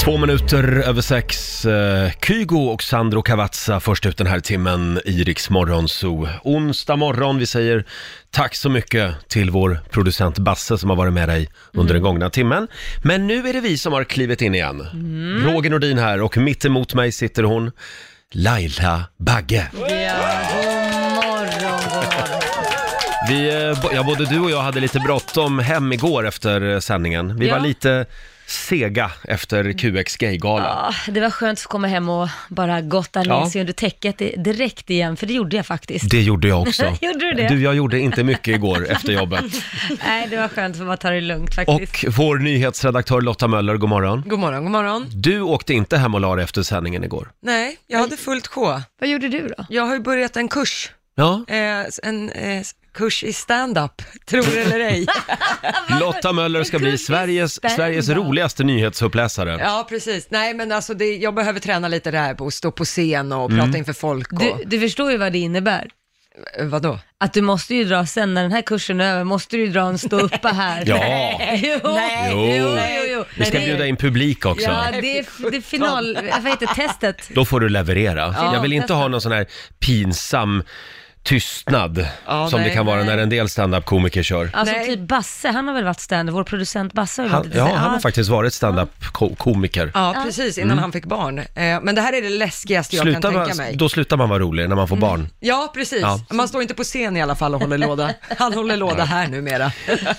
Två minuter över sex. eh, Kygo och Sandro Cavazza först ut den här timmen i Rix Morgon Zoo. Onsdag morgon. Vi säger tack så mycket till vår producent Basse som har varit med dig under den gångna timmen. Men nu är det vi som har klivit in igen. Roger Nordin här och mitt emot mig sitter hon, Laila Bagge. Ja, god morgon, god morgon. Vi, eh, bo- ja, både du och jag hade lite bråttom hem igår efter eh, sändningen. Vi Ja. var lite sega efter QX Gay-gala. Ja, det var skönt att få komma hem och bara gotta ner Ja. sig under täcket i- direkt igen, för det gjorde jag faktiskt. Det gjorde jag också. Gjorde du det? Du, jag gjorde inte mycket igår efter jobbet. Nej, det var skönt för att ta det lugnt faktiskt. Och vår nyhetsredaktör Lotta Möller, god morgon. God morgon, god morgon. Du åkte inte hem och la dig efter sändningen igår. Nej, jag hade fullt sjå. Vad gjorde du då? Jag har ju börjat en kurs, Ja, eh, en eh, kurs i stand-up, tror det eller ej. Lotta Möller ska bli Sveriges, spännande. Sveriges roligaste nyhetsuppläsare. Ja, precis. Nej, men alltså det, jag behöver träna lite det här på att stå på scen och prata inför folk och... Du, du förstår ju vad det innebär. Eh, Vadå? Att du måste ju dra, sen när den här kursen är över, måste du ju dra en ståuppa här. Ja. Jo, Nej. jo, jo, jo. Vi ska Nej, det- bjuda in publik också. Ja, det är, det är final, vad heter det? testet? Då får du leverera. Ja. Jag vill inte ha någon sån här pinsam tystnad Ja, som det nej, kan vara nej. när en del standup-komiker kör. Alltså Nej. typ Basse, han har väl varit stand vår producent Basse har ju Han, varit ja, stand- han har faktiskt varit standup-komiker. Ja, precis, innan han fick barn. Eh, men det här är det läskigaste jag Slutar kan tänka man, mig. då slutar man vara rolig när man får barn. Ja, precis. Ja. Man står inte på scen i alla fall och håller låda. Han håller låda här numera.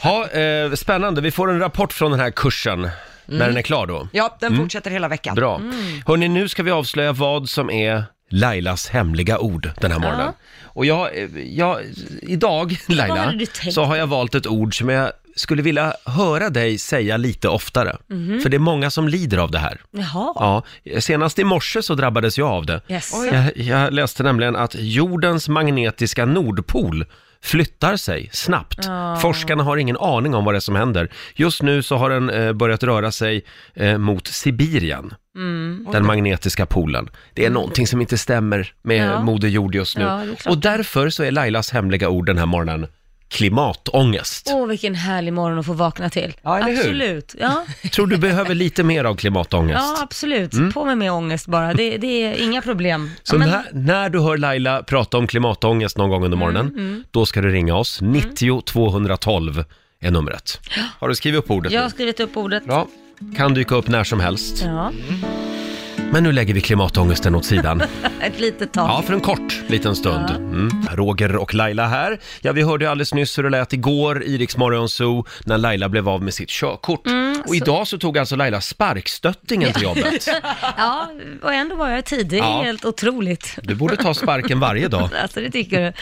Ja, eh, spännande. Vi får en rapport från den här kursen Mm. när den är klar då. Ja, den fortsätter hela veckan. Bra. Hörni, nu ska vi avslöja vad som är Lailas hemliga ord den här morgonen. Och jag, eh, jag, idag Vad Laila, hade du tänkt? så har jag valt ett ord som jag skulle vilja höra dig säga lite oftare. Mhm. För det är många som lider av det här. Jaha. Ja, senast i morse så drabbades jag av det. Yes. Jag, jag läste nämligen att jordens magnetiska nordpol flyttar sig snabbt. Forskarna har ingen aning om vad det är som händer. Just nu så har den eh, börjat röra sig eh, mot Sibirien, Mm. den magnetiska polen. Det är någonting som inte stämmer med Ja. Moder Jord just nu. Ja, det är klart. Och därför så är Lailas hemliga ord den här morgonen klimatångest. Åh, vilken härlig morgon att få vakna till. Ja, eller hur? absolut. Ja, Tror du behöver lite mer av klimatångest? ja, absolut. På med mer ångest bara. Det, det är inga problem. Mm. Så Ja, men- Mm, när, när du hör Laila prata om klimatångest någon gång under morgonen, då ska du ringa oss. 90 212 är numret. Har du skrivit upp ordet Jag har nu? skrivit upp ordet. Bra. Kan dyka upp när som helst. Ja, Men nu lägger vi klimatångesten åt sidan. ett litet tag. Ja, för en kort liten stund. Mm. Roger och Laila här. Ja, vi hörde ju alldeles nyss hur det lät igår i Rix Morgon Zoo när Laila blev av med sitt körkort. Mm, Och idag så tog alltså Laila sparkstöttingen till jobbet. Ja, och ändå var jag tidig. Ja. Helt otroligt. Du borde ta sparken varje dag. Alltså det tycker du.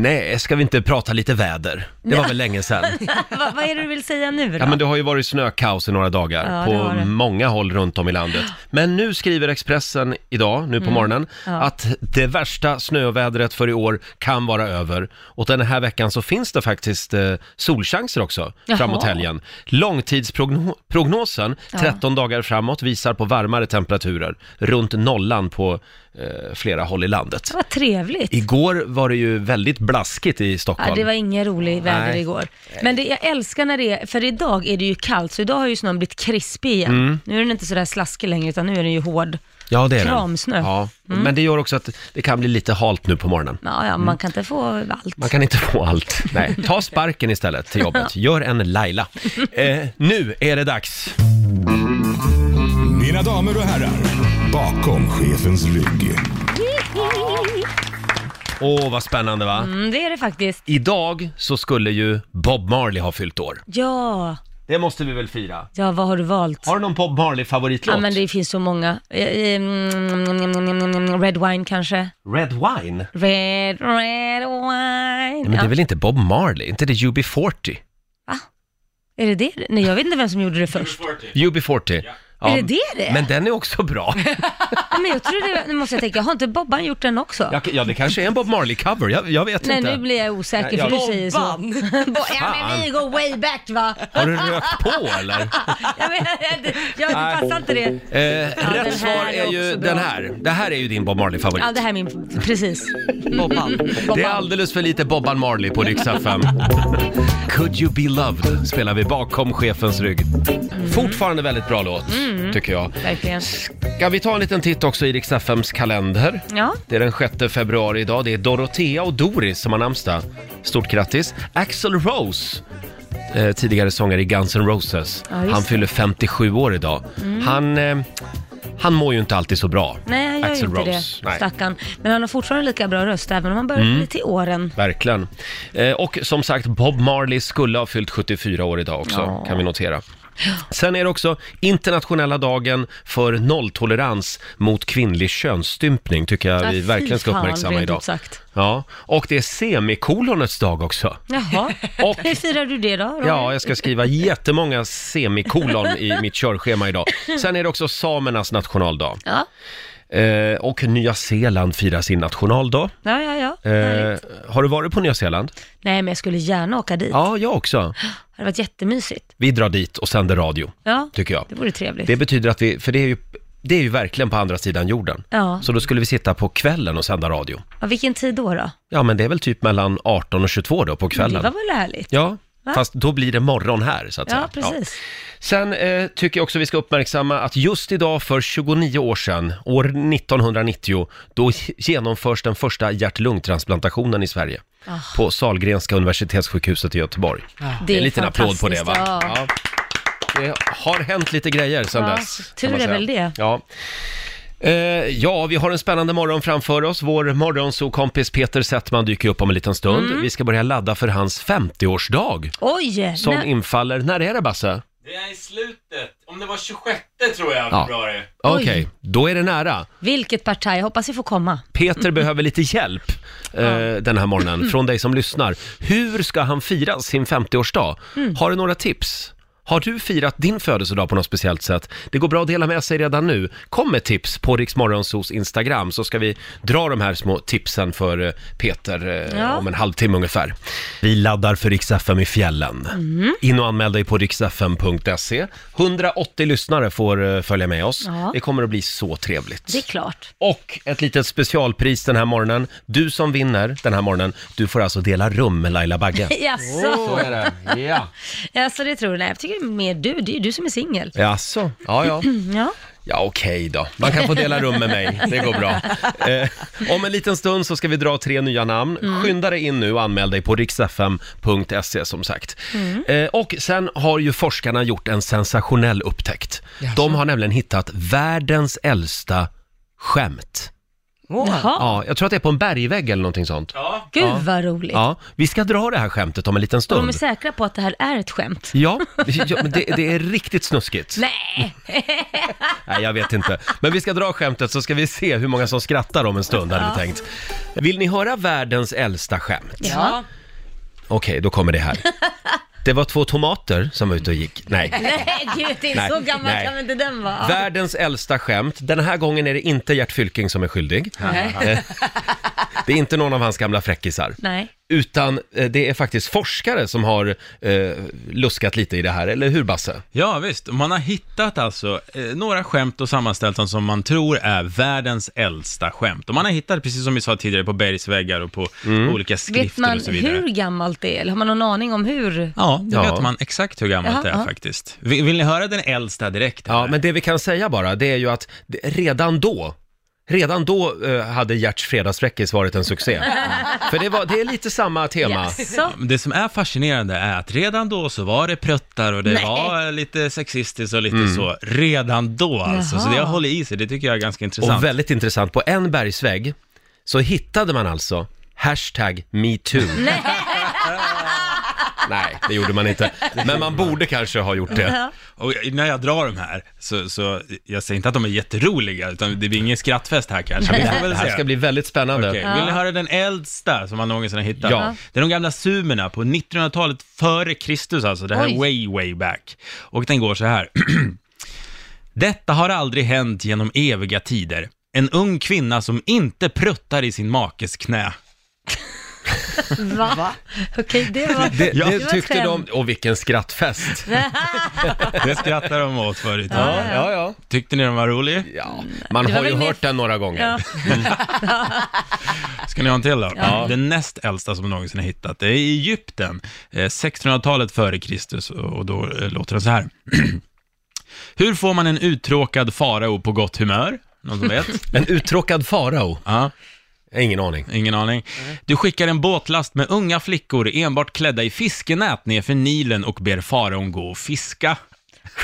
Nej, ska vi inte prata lite väder? Det var väl länge sedan. Va, vad är det du vill säga nu då? Ja, men det har ju varit snökaos i några dagar Ja, det har på det. många håll runt om i landet. Men nu skriver Expressen idag, Mm. nu på morgonen, att det värsta snövädret för i år kan vara över. Och den här veckan så finns det faktiskt eh, solchanser också Jaha. framåt helgen. Långtidsprognosen 13 dagar framåt visar på varmare temperaturer, runt nollan på eh, flera håll i landet. Vad trevligt. Igår var det ju väldigt blaskigt i Ja, Stockholm. det var ingen rolig väder Nej. igår. Men det, jag älskar när det är, för idag är det ju kallt, så idag har ju snön blivit krispig igen. Mm. Nu är den inte sådär slaskig längre, utan nu är den ju hård. Ja, det är den. Kramsnö. Mm. Ja. Men det gör också att det kan bli lite halt nu på morgonen. Ja, ja, man kan inte få allt. Mm. Man kan inte få allt. Nej, ta sparken istället till jobbet. Gör en Laila. Eh, nu är det dags. Mina damer och herrar, bakom chefens rygg. Åh, vad spännande va? Mm, det är det faktiskt. Idag så skulle ju Bob Marley ha fyllt år. Ja, Det måste vi väl fira? ja, vad har du valt? Har du någon Bob Marley-favoritlåt? Ja, men det finns så många. Eh, eh, mm, Red wine kanske? Red Wine? Red, red wine. Nej, men det är ja. väl inte Bob Marley? Inte det UB40? Är det det? Nej, jag vet inte vem som gjorde det först. UB40? Ja. Är det det det är? Men den är också bra. Ja, men jag tror det, nu måste jag tänka, har inte Bobban gjort den också? Jag- Ja, det kanske är en Bob Marley-cover. Jag, jag vet Nej, inte. nu blir jag osäker Nej, för du jag- säger så. Bobban! Bo- ja, men vi går way back va? Har du rökt på eller? Jag menar, det, ja, det Nej. passar inte det. Eh, den här rätt svar är är, ju också bra. den här. Det här är ju din Bob Marley-favorit. Ja, det här är min, precis. Bobban. Det är alldeles för lite Bobban Marley på Rix FM. Mm. Could you be loved spelar vi bakom chefens rygg. Fortfarande väldigt bra låt. tycker jag. Verkligen. Ska vi ta en liten titt också i Rix FMs kalender? Ja. Det är den 6 februari idag. Det är Dorotea och Doris som har namnsdag. Stort grattis! Axel Rose, eh, tidigare sångare i Guns N' Roses. Ja, just han det. Mm. fyller 57 år idag. Han, eh, han mår ju inte alltid så bra, Nej, han gör Axl inte Rose. det, Nej. Mm. stackarn. Men han har fortfarande lika bra röst, även om han börjar bli till åren. Verkligen. Eh, och som sagt, Bob Marley skulle ha fyllt 74 år idag också, Ja. kan vi notera. Sen är det också internationella dagen för nolltolerans mot kvinnlig könsstympning, tycker jag Ja, vi fy verkligen ska fan, uppmärksamma rent idag. ut sagt. Ja, och det är semikolonets dag också. Jaha, Och- hur firar du det då? Roger? Ja, jag ska skriva jättemånga semikolon i mitt körschema idag. Sen är det också samernas nationaldag. ja, Eh, och Nya Zeeland firar sin nationaldag. ja, ja. ja. Eh, har du varit på Nya Zeeland? Nej, men jag skulle gärna åka dit. Ja, jag också. Det hade varit jättemysigt. Vi drar dit och sänder radio, Ja, tycker jag. det vore trevligt. Det betyder att vi, för det är ju, det är ju verkligen på andra sidan jorden. Ja. Så då skulle vi sitta på kvällen och sända radio. Ja, vilken tid då? då? Ja, men det är väl typ mellan 18 och 22 då på Det var kvällen. väl härligt? Ja, Va? fast då blir det morgon här så att Ja, säga. precis. Sen eh, tycker jag också vi ska uppmärksamma att just idag för 29 år sedan, år 1990, då ge- genomförs den första hjärt-lungtransplantationen i Sverige. På Sahlgrenska universitetssjukhuset i Göteborg. Ah. Det är en liten applåd på det va? fantastiskt, ja. Det har hänt lite grejer sedan Ja, dess. tur kan man är säga. väl det. Ja. Eh, ja, vi har en spännande morgon framför oss. Vår morgonsokompis Peter Settman dyker upp om en liten stund. Mm. Vi ska börja ladda för hans 50-årsdag Oj! som nej, infaller, när är det Basse? Det är i slutet, om det var 26 tror jag, Ja. februari. Okej, då är det nära. vilket parti, jag hoppas vi får komma. Peter behöver lite hjälp eh, den här morgonen från dig som lyssnar. Hur ska han fira sin 50-årsdag? Mm. Har du några tips? Har du firat din födelsedag på något speciellt sätt? Det går bra att dela med sig redan nu. Kom med tips på Riksmorgonsos Instagram så ska vi dra de här små tipsen för eh, Peter eh, Ja. om en halvtimme ungefär. Vi laddar för Rix FM i fjällen. Mm. In och anmäl dig på riksfm.se. 180 lyssnare får eh, följa med oss. Ja. Det kommer att bli så trevligt. Det är klart. Och ett litet specialpris den här morgonen. Du som vinner den här morgonen, du får alltså dela rum med Laila Bagge. Jaså? är det. Ja. Jaså, det tror du? Nej, jag tycker det är mer du. Det är ju du som är singel. Jaså? Ja, ja. Ja. Ja, okej då. Man kan få dela rum med mig. Det går bra. Eh, om en liten stund så ska vi dra tre nya namn. Skynda dig in nu och anmäl dig på riksfm.se som sagt. Eh, och sen har ju forskarna gjort en sensationell upptäckt. De har nämligen hittat världens äldsta skämt. Åh. Jaha. Ja, jag tror att det är på en bergvägg eller någonting sånt. Ja. Gud Ja. vad roligt. Ja, vi ska dra det här skämtet om en liten Och de är stund. säkra på att det här är ett skämt. Ja, ja men det, det är riktigt snuskigt. Nej! Nej, jag vet inte. Men vi ska dra skämtet så ska vi se hur många som skrattar om en stund, hade vi tänkt. Vill ni höra världens äldsta skämt? Ja. Okej, då kommer det här. Det var två tomater som var ute och gick. Nej. Nej, gud, det är Nej. så gammal Nej. kan väl inte den vara? Världens äldsta skämt. Den här gången är det inte Gert Fylking som är skyldig. Eh, Det är inte någon av hans gamla fräckisar. Nej. Utan eh, det är faktiskt forskare som har eh, luskat lite i det här, eller hur Basse? ja, visst. Man har hittat alltså eh, några skämt och sammanställt dem som man tror är världens äldsta skämt. Och man har hittat, precis som vi sa tidigare, på bergsväggar och på olika Mm. Vet skrifter man och så vidare. hur gammalt det är? Eller har man någon aning om hur? Ja, det Ja. vet man exakt hur gammalt Jaha, det är ja. faktiskt. Vill, vill ni höra den äldsta direkt? Ja, eller? men det vi kan säga bara, det är ju att det- redan då, redan då eh, hade Gerts fredagsfräckis varit en succé. För det, var, det är lite samma tema. Jaså? Det som är fascinerande är att redan då så var det pruttar och det Nej. Mm. var lite sexistiskt och lite så. Redan då alltså. Så Jaha. det har hållit i sig, det tycker jag är ganska intressant. Och väldigt intressant, på en bergsvägg så hittade man alltså hashtag metoo. Nej. Nej, det gjorde man inte. Men man borde kanske ha gjort det. Och jag- när jag drar de här, så, så jag säger inte att de är jätteroliga, utan det blir ingen skrattfest här kanske. Vi får Det väl här ska se. bli väldigt spännande. Okej, Vill ni höra den äldsta som man någonsin har hittat? Ja. Det är de gamla sumerna på 1900-talet före Kristus alltså, det här Oj. är way, way back. Och den går så här. Detta har aldrig hänt genom eviga tider. En ung kvinna som inte pruttar i sin makes knä. Va? Okej, det var... Det, Ja. det Det var tyckte de, skämt. och vilken skrattfest. Det skrattade de åt förut. ja, ja. Tyckte ni den var rolig? ja. Man Det var har ju väl mer- hört den några gånger. Ja. Ska ni ha en till då? Den näst äldsta som någonsin har hittat, det är i Egypten, eh, 1600-talet före Kristus och och då eh, låter det så här. Hur får man en uttråkad farao på gott humör? Någon som vet? En uttråkad farao? Ja, Ingen aning. ingen aning. Du skickar en båtlast med unga flickor enbart klädda i fiskenät nerför Nilen och ber faraon gå och fiska.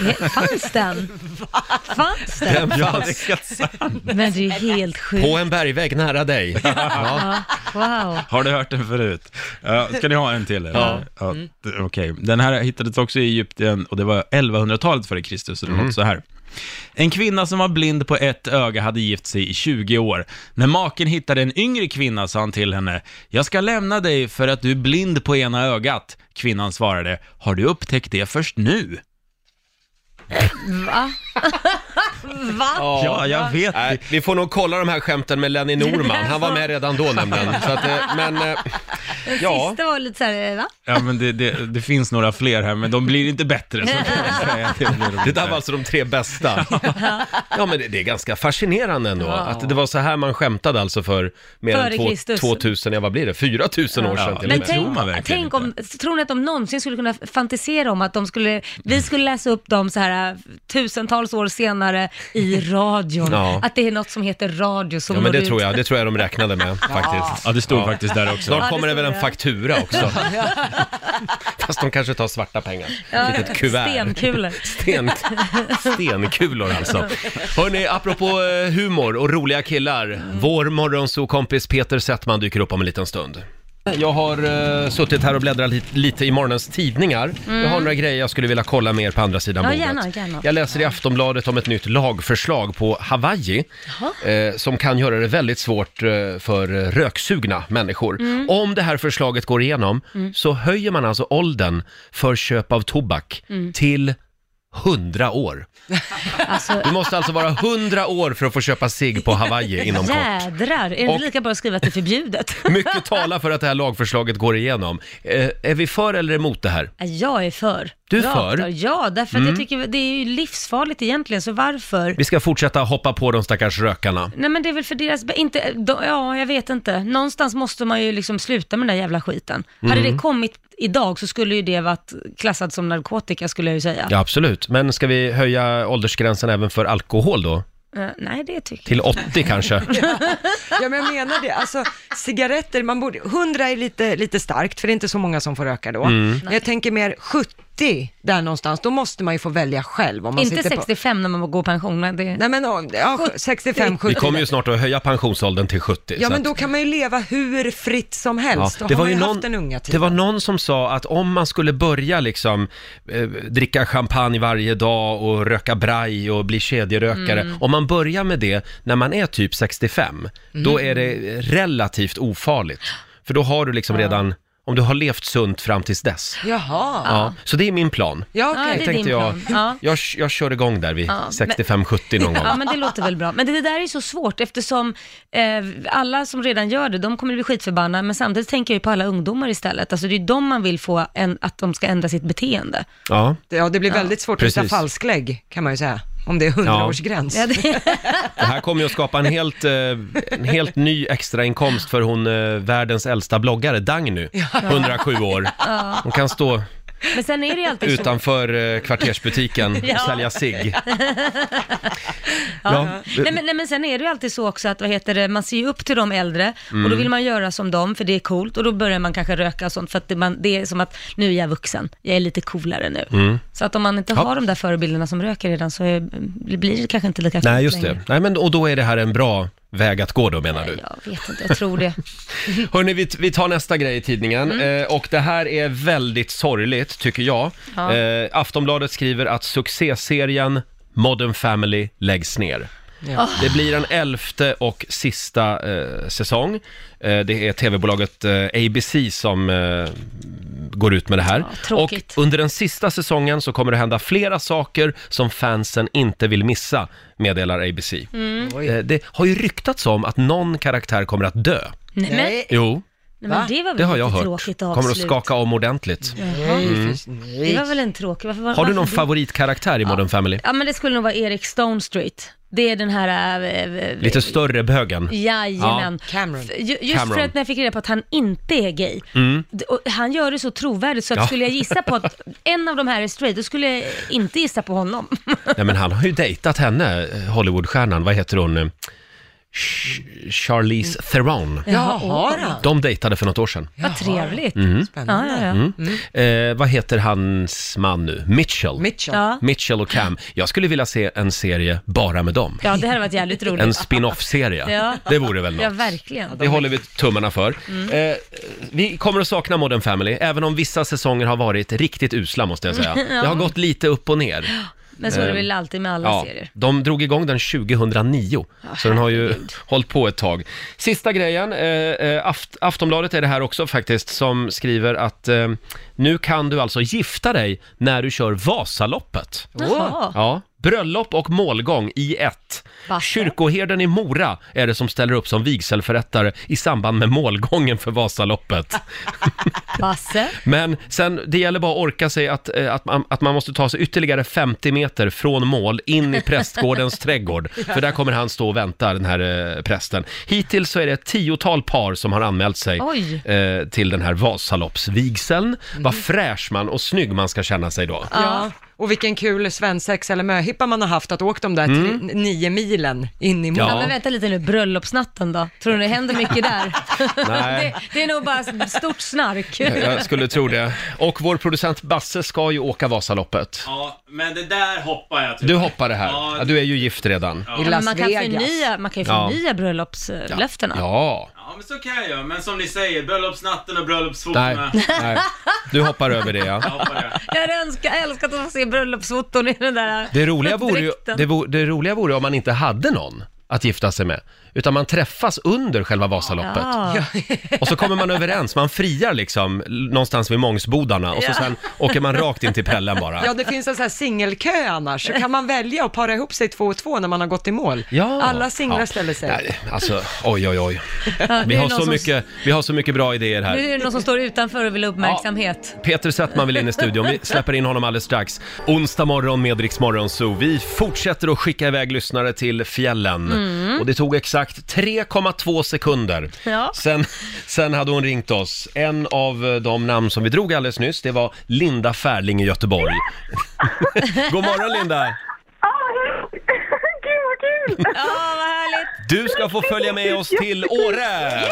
Eh, Fanns den? Fanns den? Den fanns Men det är ju helt sjukt. på en bergvägg nära dig. Ja. Ja, wow. Har du hört den förut? Ja, ska ni ha en till? Eller? Ja. Mm. d- Okej, den här hittades också i Egypten och det var 1100-talet före Kristus, eller något så här. En kvinna som var blind på ett öga hade gift sig i 20 år. När maken hittade en yngre kvinna sa han till henne, jag ska lämna dig för att du är blind på ena ögat. Kvinnan svarade, har du upptäckt det först nu? Va? Va? Ja, jag vet. Nej, vi får nog kolla de här skämten med Lenny Norman. Han var med redan då nämligen. Så att, eh, men, eh, ja. Sista var lite såhär, va? Ja, men det, det, det finns några fler här, men de blir inte bättre. Så kan jag säga. Det blir- Det där var alltså de tre bästa. Ja, men det, det är ganska fascinerande ändå. Att det var så här man skämtade alltså för mer Före än två, Kristus. 2000, ja vad blir det, 4000 år sedan Ja, till och Men men med. tror tänk, man verkligen tänk om, tror ni att de någonsin skulle kunna fantisera om att de skulle, vi skulle läsa upp dem så här äh, tusentals år senare i radion? Ja. Att det är något som heter radio som Ja, men når det ut. tror jag. Det tror jag de räknade med faktiskt. Ja, det stod faktiskt där också. Snart det kommer det väl tror en jag. faktura också. Fast de kanske tar svarta pengar. Ett litet kuvert. Stenkulor. Sten, stenkulor alltså. Hörni, apropå eh, humor och roliga killar. Vår morgonsokompis Peter Settman dyker upp om en liten stund. Jag har eh, suttit här och bläddrat lite, lite i morgonens tidningar. Jag har några grejer jag skulle vilja kolla med er på andra sidan Mm. Ja, bordet. gärna, gärna. Jag läser i Aftonbladet om ett nytt lagförslag på Hawaii eh, som kan göra det väldigt svårt eh, för eh, röksugna människor. Mm. Om det här förslaget går igenom så höjer man alltså åldern för köp av tobak Mm. till 100 år. Alltså, Du måste alltså vara 100 år för att få köpa cigg på Hawaii inom kort. jädrar. Är det Och- inte lika bra att skriva att det är förbjudet? Mycket talar för att det här lagförslaget går igenom. Eh, är vi för eller emot det här? Jag är för. Du är Rakt för? Mm. av. Ja, därför att jag tycker det är ju livsfarligt egentligen, så varför? Vi ska fortsätta hoppa på de stackars rökarna. Nej men det är väl för deras, bä- inte, de, ja jag vet inte. Någonstans måste man ju liksom sluta med den där jävla skiten. Hade Mm. det kommit idag så skulle ju det varit klassat som narkotika skulle jag ju säga. Ja, absolut. Men ska vi höja åldersgränsen även för alkohol då? Eh, nej det tycker jag Till 80 kanske? Ja, men jag menar det. Alltså, cigaretter, man borde... 100 är lite, lite starkt, för det är inte så många som får röka då. Mm. Men jag tänker mer 70 där någonstans, då måste man ju få välja själv om man inte. Inte sitter på... 65 när man går i pension, men det... Nej, men åh, ja, 65, Vi 70. kommer ju snart att höja pensionsåldern till 70. Ja, så men att- då kan man ju leva hur fritt som helst. Ja, då har man ju haft den unga det tiden. var någon som sa att om man skulle börja liksom eh, dricka champagne varje dag och röka braj och bli kedjerökare. Mm. Om man börjar med det när man är typ 65, Mm. då är det relativt ofarligt. För då har du liksom redan, om du har levt sunt fram tills dess. Jaha. Ja. Så det är min plan. Ja, Ja, okej. det är Tänkte din jag, plan. Ja. jag, jag kör igång där vid Ja, men- 65-70 någon gång. Ja men det låter väl bra. Men det, det där är ju så svårt eftersom eh, alla som redan gör det, de kommer bli skitförbannade. Men samtidigt tänker jag ju på alla ungdomar istället. Alltså det är ju de man vill få en, att de ska ändra sitt beteende. Ja. Ja, det blir väldigt svårt att Precis. hitta falsklägg, kan man ju säga, om det är 100-årsgräns. Ja, det, Det här kommer ju att skapa en helt, eh, en helt ny extrainkomst för hon eh, världens äldsta bloggare, Dagny, 107 år. Hon kan stå men sen är det ju alltid så. utanför eh, kvartersbutiken och Ja. sälja cigg. Ja. Ja. Nej, men, nej men sen är det ju alltid så också att vad heter det, man ser ju upp till de äldre och då vill man göra som dem för det är coolt och då börjar man kanske röka och sånt för att det, man, det är som att nu är jag vuxen, jag är lite coolare nu. Så att om man inte har de där förebilderna som röker redan så är, blir det kanske inte lika coolt Nej, just det. längre. Nej, men, och då är det här en bra väg att gå då, menar du? Jag vet inte, jag tror det. Hörni, vi, vi tar nästa grej i tidningen. Mm. Eh, och det här är väldigt sorgligt, tycker jag. Ja. Eh, Aftonbladet skriver att succéserien Modern Family läggs ner. Det blir en elfte och sista eh, säsong. Eh, det är tv-bolaget eh, ABC som eh, går ut med det här. Ja, tråkigt. och under den sista säsongen så kommer det hända flera saker som fansen inte vill missa, meddelar ABC. Mm. Eh, det har ju ryktats om att någon karaktär kommer att dö. Nej, men, Nej. Jo. Nej, Va? men det var väl Det har jag lite hört. tråkigt avslut. Kommer att skaka om ordentligt. Jaha, Nej, Det var väl en tråkig... Varför, var- Har du någon varför det? favoritkaraktär i Modern Family? Ja, men det skulle nog vara Eric Stone Street. Det är den här... Äh, Lite större bögen. Jajamän. Cameron. F- ju- Just Cameron. Mm. för att när jag fick reda på att han inte är gay. D- och Han gör det så trovärdigt så att Ja. skulle jag gissa på att en av de här är straight, då skulle jag inte gissa på honom. Nej men han har ju dejtat henne, eh, Hollywoodstjärnan, vad heter hon? Eh, Ch- Mm. Charlize Theron. Ja, har han? De dejtade för något år sedan. Vad trevligt. Mm. Ja, Spännande. ja, ja. Eh, vad heter hans man nu? Mitchell. Mitchell. ja. Mitchell och Cam. Jag skulle vilja se en serie bara med dem. ja det här har varit jävligt roligt. En spin-off-serie. Ja. Det vore väl något. Ja, verkligen. Det håller vi tummarna för. Eh, vi kommer att sakna Modern Family, även om vissa säsonger har varit riktigt usla måste jag säga. Det har gått lite upp och ner. Men så är det Eh, väl alltid med alla serier. de drog igång den 2009, så den har ju herregud. hållit på ett tag. Sista grejen, eh, eh, Aft- Aftonbladet är det här också faktiskt, som skriver att eh, nu kan du alltså gifta dig när du kör Vasaloppet. Jaha. Ja, bröllop och målgång i ett. Vackert. Kyrkoherden i Mora är det som ställer upp som vigselförrättare i samband med målgången för Vasaloppet. Basse. Men sen, det gäller bara att orka sig att, eh, att, man, att man måste ta sig ytterligare 50 meter från mål in i prästgårdens trädgård. För där kommer han stå och vänta, den här eh, prästen. Hittills så är det ett tiotal par som har anmält sig Oj. eh, till den här Vasaloppsvigseln. Vad fräsch man och snygg man ska känna sig då. Ja. Och vilken kul svensex eller möhippa man har haft att åka de där tre, nio milen in i mål. Ja. Ja, men vänta lite nu, bröllopsnatten då? Tror du det händer mycket där? Nej. det, det är nog bara stort snark. Eh, Jag skulle tro det. Och vår producent Basse ska ju åka Vasaloppet. Ja, men det där hoppar jag Du hoppar det här. Ja, du är ju gift redan. I Ja, Las men man, kan Vegas. förnya, man kan ju Ja. förnya bröllopslöftena. Ja. Ja, men så kan jag göra. Men som ni säger, bröllopsnatten och Nej, bröllopsfotorna. nej. Du hoppar över det ja. Jag hade önskat, jag älskat att få se bröllopsfoton i den där Det roliga, vore ju, dräkten. det, vore, det roliga vore om man inte hade någon att gifta sig med, utan man träffas under själva Vasaloppet. Ja. Och så kommer man överens, man friar liksom l- någonstans vid Mångsbodarna och så Ja. sen åker man rakt in till Pellen bara. Ja, det finns en sån här singelkö annars, så kan man välja att para ihop sig två och två när man har gått i mål. Alla singlar Ja. ställer sig. Nej, alltså, oj, oj, oj. Ja, Vi nu är har, det så någon som- mycket, vi har så mycket bra idéer här. Nu är det någon som står utanför och vill ha uppmärksamhet. Peter Settman vill in i studion. Vi släpper in honom alldeles strax. Onsdag morgon med Rix Morgon Zoo. Vi fortsätter att skicka iväg lyssnare till fjällen. Och det tog exakt 3,2 sekunder. Ja. Sen, sen hade hon ringt oss. En av eh, de namn som vi drog alldeles nyss, det var Linda Färling i Göteborg. God morgon Linda! Ah, hej! Gud vad kul! Ja, vad härligt! Du ska få följa med oss till Åre!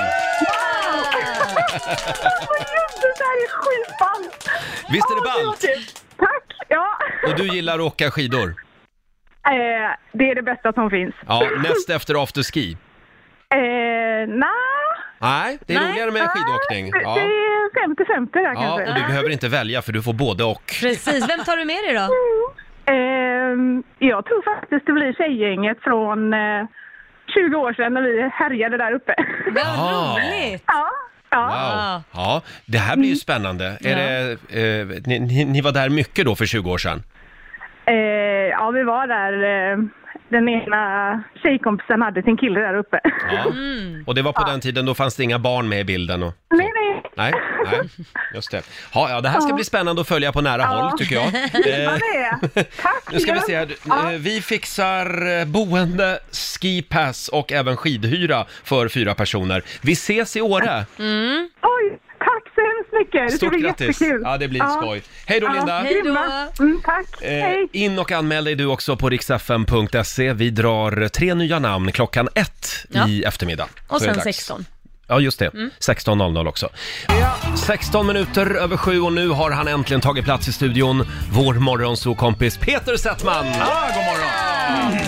Vad roligt, det här är skitballt! Visst är det Ah, gud, vad ballt? kul. Tack! Ja, Och du gillar att åka skidor? eh, det är det bästa som finns. Ja, näst efter afterski. Eh, Nej, Nej, det är roligare med skidåkning. det- Ja. det är 50-50 där Ja, kanske. och du behöver inte välja för du får både och. Precis, vem tar du med dig då? Ehm, jag tror faktiskt det blir tjejgänget från eh, 20 år sedan när vi härjade där uppe. Vad Jaha. roligt! ja, ja. Wow. Ja, det här blir ju Mm. spännande. Är Ja. det, eh, ni, ni, ni var där mycket då för 20 år sedan? Eh, ja, vi var där. Eh, den ena tjejkompisen hade sin kille där uppe. Ja. Och det var på den tiden då fanns det inga barn med i bilden? Och... Mm. nej, nej. Nej, nej, just det. Ja, ja, det här ska bli spännande att följa på nära håll tycker jag. Eh, Vad det är. Tack! nu ska vi Björn. se här. Ja. Eh, Vi fixar eh, boende, skipass och även skidhyra för fyra personer. Vi ses i Åre! Oj, tack så hemskt mycket. Det ska Stort bli grattis! jättekul. Ja, det blir skoj. Hej då Linda! Hej då. grymma. Mm, tack. Eh, Hej. in och anmäl dig du också på riksfm.se. Vi drar tre nya namn klockan ett i eftermiddag. Och Så är det sen Mm. dags. 16. Ja, just det. 16.00 också. Ja, 16 minuter över sju och nu har han äntligen tagit plats i studion. Vår morgonsokompis Peter Settman! Mm. Ah, god morgon.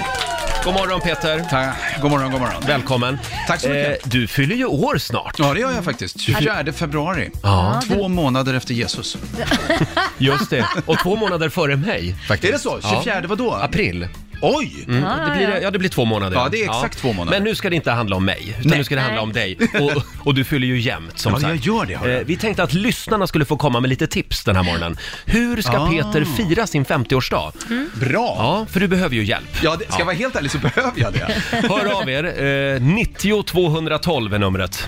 God morgon Peter! Ta, god morgon, god morgon. Välkommen! Eh, Tack så mycket. du fyller ju år snart. Ja, det gör jag faktiskt. 24 februari. Ja. Två månader efter Jesus. Just det. Och två månader före mig. Faktiskt. Är det så? 24 Ja. vadå? April. Mm. Oj! Det blir, ja, det blir två månader. Ja, det är exakt två månader. Men nu ska det inte handla om mig, utan nu ska det handla om dig. Och, och du fyller ju jämnt, som Ja, jag sagt. gör det, hörru. Eh, Vi tänkte att lyssnarna skulle få komma med lite tips den här morgonen. Hur ska Ah. Peter fira sin 50-årsdag? Bra! Ja. Ja, för du behöver ju hjälp. det, ska jag vara helt ärlig så behöver jag det. Hör av er, eh, 90 212 är numret.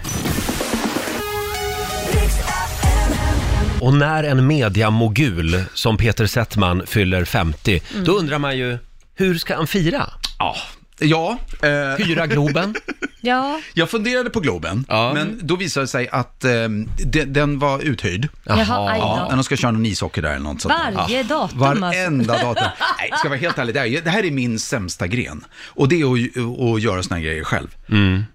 Och när en mediamogul som Peter Settman fyller 50, då undrar man ju, hur ska han fira? Ja. Ja, eh, Hyra Globen? Ja, jag funderade på Globen, Ja. men då visade det sig att eh, de, den var uthyrd. jaha, aj Ja, då. de ska köra någon ishockey där eller något sånt. där. Varje datum alltså. Varenda dator. Nej, ska jag vara helt ärlig, det här, det här är min sämsta gren. Och det är att, att göra såna här grejer själv.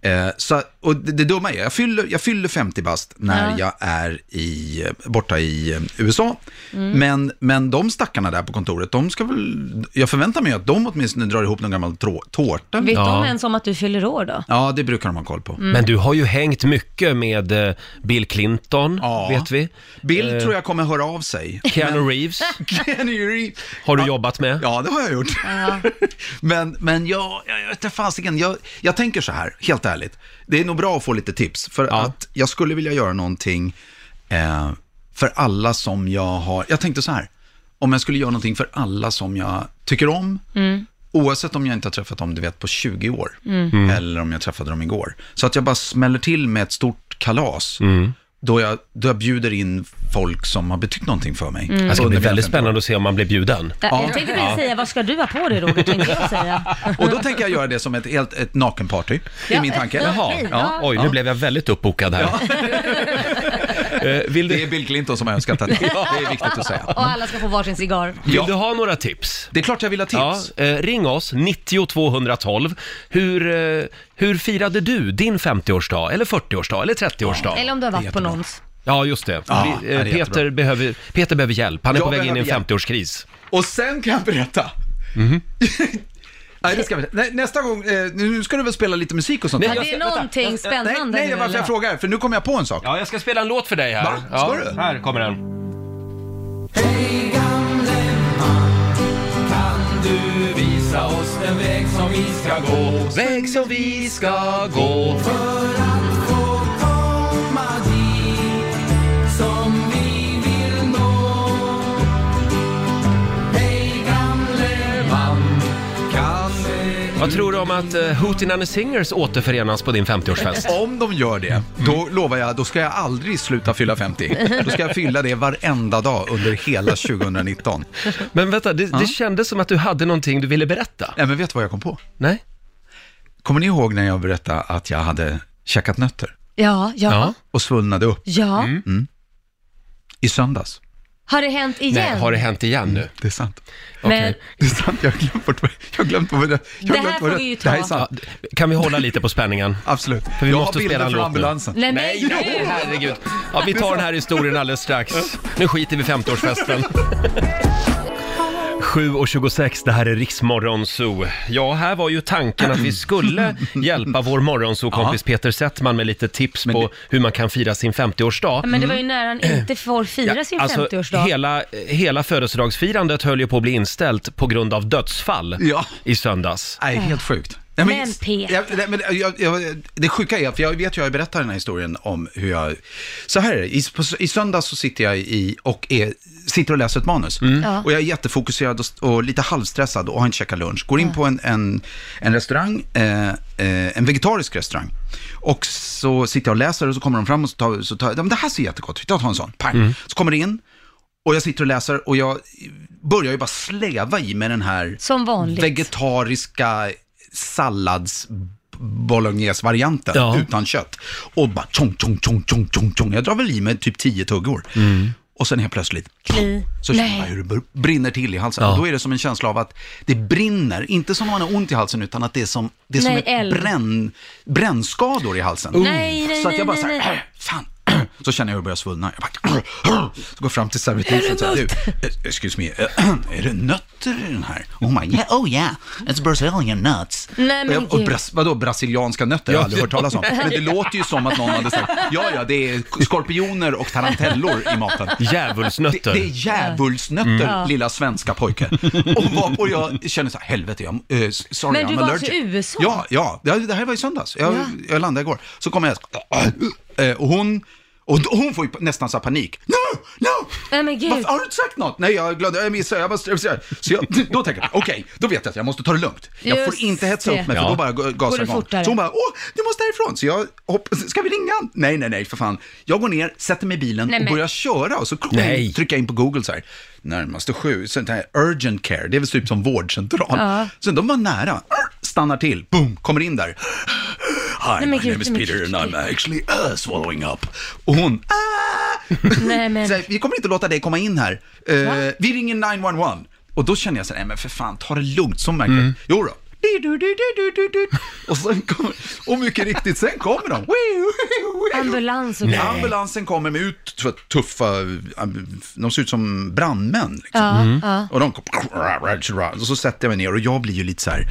Eh, så, och det, det dumma är, jag fyller, jag fyller 50 bast när Ja. jag är i, borta i eh, USA. Mm. Men, men de stackarna där på kontoret, de ska väl, jag förväntar mig att de åtminstone drar ihop någon gammal trå, tårta. Vet Ja. de ens om att du fyller år då? Ja, det brukar de ha koll på. Mm. Men du har ju hängt mycket med eh, Bill Clinton, Ja. vet vi. Bill tror jag kommer höra av sig. Keanu Reeves Keanu Reeves. har du jobbat med. Ja, det har jag gjort. men men jag, jag, jag vet inte fasiken, jag, jag tänker så här, helt ärligt. Det är nog bra att få lite tips, för Ja. att jag skulle vilja göra någonting eh, för alla som jag har... Jag tänkte så här, om jag skulle göra någonting för alla som jag tycker om, oavsett om jag inte har träffat dem, du vet, på 20 år, Mm. eller om jag träffade dem igår. Så att jag bara smäller till med ett stort kalas. Mm. Då jag, då jag bjuder in folk som har betytt någonting för mig. Det ska bli Under mina väldigt 50 år. spännande att se om man blir bjuden. Ja. Jag tänkte precis säga, vad ska du ha på dig Roger, tänkte jag säga. Och då tänker jag göra det som ett helt ett nakenparty, i Ja, min tanke. Jaha, Okej, ja. oj nu blev jag väldigt uppbokad här. Eh, vill, du, Det är vill Bill Clinton som har önskat det. Det är viktigt att säga. Och alla ska få varsin cigarr. Ja. du ha några tips? Det är klart jag vill ha tips. Ja, eh, ring oss, 90 212. Hur, eh, hur firade du din 50-årsdag, eller 40-årsdag, eller 30-årsdag? Eller Ja, om du har varit på någons. just det. Ja, Vi- det är eh, jättebra. Peter, behöver, Peter behöver hjälp, han är på Jag väg in i en behöver hjälp. 50-årskris. Och sen kan jag berätta. Mhm. Nej, det ska vi, nej, nästa gång, eh, nu ska du väl spela lite musik och sånt Nej, där? jag Det är ska- vänta. någonting Nej, spännande nej, det nu, är varför eller? jag frågar, för nu kommer jag på en sak. Ja, jag ska spela en låt för dig här. Va? Ska ja, du? Här kommer den. Väg som vi ska gå. Vad tror du om att uh, Hootin' and the Singers återförenas på din 50-årsfest? Om de gör Mm. det, då lovar jag, då ska jag aldrig sluta fylla 50. Då ska jag fylla det varenda dag under hela 2019. Men vänta, det, det kändes som att du hade någonting du ville berätta. Nej, men vet du vad jag kom på? Nej? Kommer ni ihåg när jag berättade att jag hade käkat nötter Ja, ja, Ja. och svullnade upp ja. Mm. i söndags? Har det hänt igen? Nej, har det hänt igen nu? Det är sant. Men Det är sant, jag har glömt bort vad jag har glömt vad det jag har Det här glömt vad får vi ju Det här är ta. Ja, sant, d- kan vi hålla lite på spänningen? absolut. För vi jag måste har spela bilder en från låt nu. ambulansen. Nej, men Nej, nej, gud! herregud. Ja, vi tar den här historien alldeles strax. Nu skiter vi i 50-årsfesten. 7.26, det här är Riksmorgon Zoo. Ja, här var ju tanken att vi skulle hjälpa vår morgonzoo-kompis Peter Settman med lite tips Men på det- hur man kan fira sin 50-årsdag. Ja, Men det var ju nära han Mm. inte får fira sin alltså, 50-årsdag. alltså, Hela, hela födelsedagsfirandet höll ju på att bli inställt på grund av dödsfall Ja. i söndags. Nej, helt sjukt. Nej, Äh. Men Peter. jag, nej, men jag, jag, det sjuka är, för jag vet ju, jag berättar den här historien om hur jag... Så här är det, i, på, i söndags så sitter jag i, och är, sitter och läser ett manus. Ja. Och jag är jättefokuserad och, och lite halvstressad och har inte käkat lunch. Går in på en, en, en restaurang, eh, eh, en vegetarisk restaurang. Och så sitter jag och läser och så kommer de fram och så tar, så tar ja, men det här ser jättegott ut, jag tar en sån. Pang. Så kommer det in och jag sitter och läser och jag börjar ju bara släva i med den här Som vanligt. vegetariska sallads bolognese-varianten Ja. utan kött. Och bara tjong, tjong, tjong, tjong, tjong, tjong. Jag drar väl i mig typ tio tuggor. Och sen helt plötsligt Kli. så känner jag Nej. hur det br- brinner till i halsen. Ja. Och då är det som en känsla av att det brinner, inte som om man har ont i halsen, utan att det är som, det är som Nej, ett eld. bränn, brännskador i halsen. Nej, nej, så att jag bara nej, så här, nej, nej. "Äh, fan. Så känner jag hur jag börjar svullna. Jag bara, så går jag fram till servitrisen och säger, du, eh, excuse me, eh, är det nötter i den här? Och hon bara, yeah, oh yeah, it's Brazilian nuts. Nej, och men jag, och gud. bras, vadå, brasilianska nötter? Jag har aldrig hört talas om. Men det låter ju som att någon hade sagt, ja, ja, det är skorpioner och tarantellor i maten. Djävulsnötter. Det, det är djävulsnötter, lilla svenska pojke. Och, var, och jag känner så här, helvete, jag, eh, sorry, Men du I'm var allergic. alltså i USA? Ja, ja, det det här var i söndags. Jag, Ja. jag landade igår. Så kommer jag, eh, och hon, Och då- hon får ju nästan så här panik. No, no! Nej men gud. Varför, har du inte sagt något? Nej, jag glömde, jag missade, jag bara stressade. Så jag, då tänker jag, okej, då vet jag att jag måste ta det lugnt. Jag Just får inte hetsa det. upp mig, för Ja. då bara ga- Går gasar det jag igång. fortare? Så hon bara, åh, du måste härifrån. Så jag, hopp, ska vi ringa han? Nej, nej, nej, för fan. Jag går ner, sätter mig i bilen Nej, och men- börjar köra och så Nej. trycker jag in på Google så här, närmaste sju, sånt här urgent care, det är väl typ som vårdcentral. Ja. Så de var nära, stannar till, boom, kommer in där. Hi, Nej, men my gud, name is nej, men Peter gud, and I'm actually uh, swallowing up. Och hon, ah! Nej men. Så här, vi kommer inte låta dig komma in här. Eh, Va? vi ringer 911. Och då känner jag så här, nej men för fan, ta det lugnt, så märker mm. Jo då. Du, du, du, du, du, du. Och, sen kommer, och mycket riktigt, sen kommer de. Ambulans och Nej. grejer. Ambulansen kommer med ut så här tuffa, um, de ser ut som brandmän. Liksom. Ja, Mm. ja. Och de kom, och så sätter jag mig ner och jag blir ju lite så här,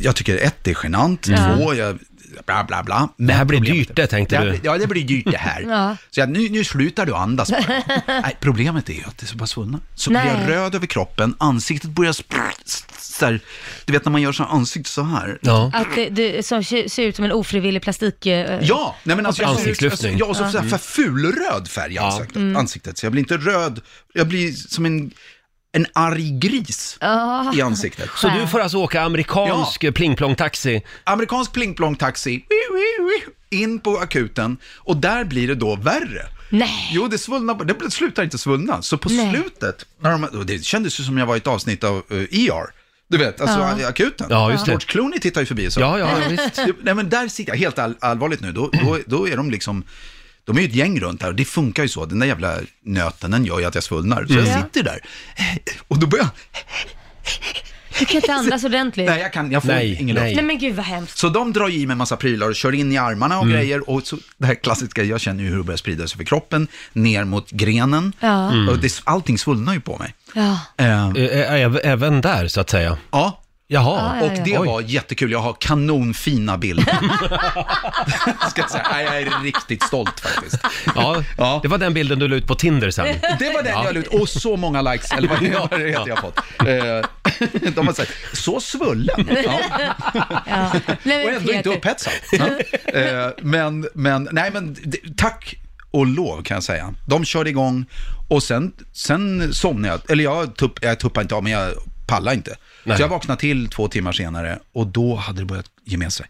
jag tycker ett, det är genant, två, jag, bla bla bla. Men Det här blir problemet- dyrt det, tänkte här du. blir- Ja, det blir dyrt det här. Ja. Så jag, nu, nu slutar du andas bara. Nej, problemet är ju att det är så bara svullnad. Så blir Nej. jag röd över kroppen, ansiktet börjar spr- så här, du vet när man gör så här ansikte så här. Ja. Att det, det som ser ser ut som en ofrivillig plastik... eh, Ja, nej men alltså, jag Ansiktslyftning. Jag, jag, jag, så här fulröd färg i ansiktet, ansiktet, så jag blir inte röd, jag blir som en, en arg gris Ja. i ansiktet. Så du får alltså åka amerikansk plingplong-taxi? Amerikansk plingplong-taxi, in på akuten och där blir det då värre. Nej. Jo, det, svullnar, på- det slutar inte svullna. Så på Nej. slutet, när de, och det kändes ju som jag var i ett avsnitt av eh, ER. Du vet, alltså akuten. Ja, just det. George Clooney tittar ju förbi. Så. Ja, ja, visst. Nej, men där sitter jag, helt all, allvarligt nu, då, då, då är de liksom, de är ju ett gäng runt här och det funkar ju så. Den där jävla nöten, den gör ju att jag svullnar. Så Mm. jag sitter där Eh, och då börjar jag, Du kan inte andas ordentligt. nej Nej, jag kan, jag får Nej, ingen luft. nej. men gud vad hemskt. Så de drar i med massa prylar och kör in i armarna och grejer. Och så, det här klassiska, jag känner ju hur det börjar sprida sig för kroppen, ner mot grenen. Mm. Ja. Och det, allting svullnar ju på mig. Ja. Eh, Ä- ä- äv- Även där, så att säga? ja, Jaha. Ja, och ja, ja. det Oj. var jättekul. Jag har kanonfina bilder. Ska jag, säga. Nej, jag är riktigt stolt faktiskt. Ja, Ja. det var den bilden du la ut på Tinder sen. Det var den jag la ut och så många likes, eller vad det vad det heter jag har fått. Eh, de har sagt, så svullen. Ja. ja. Nej, Och men ändå inte Peter. upphetsad. Ja. Eh, men, men, nej men det- tack och lov kan jag säga. De körde igång och sen, sen somnade jag, eller jag, tupp, jag tuppade inte av men jag pallade inte. Nej. Så jag vaknade till två timmar senare och då hade det börjat ge med sig.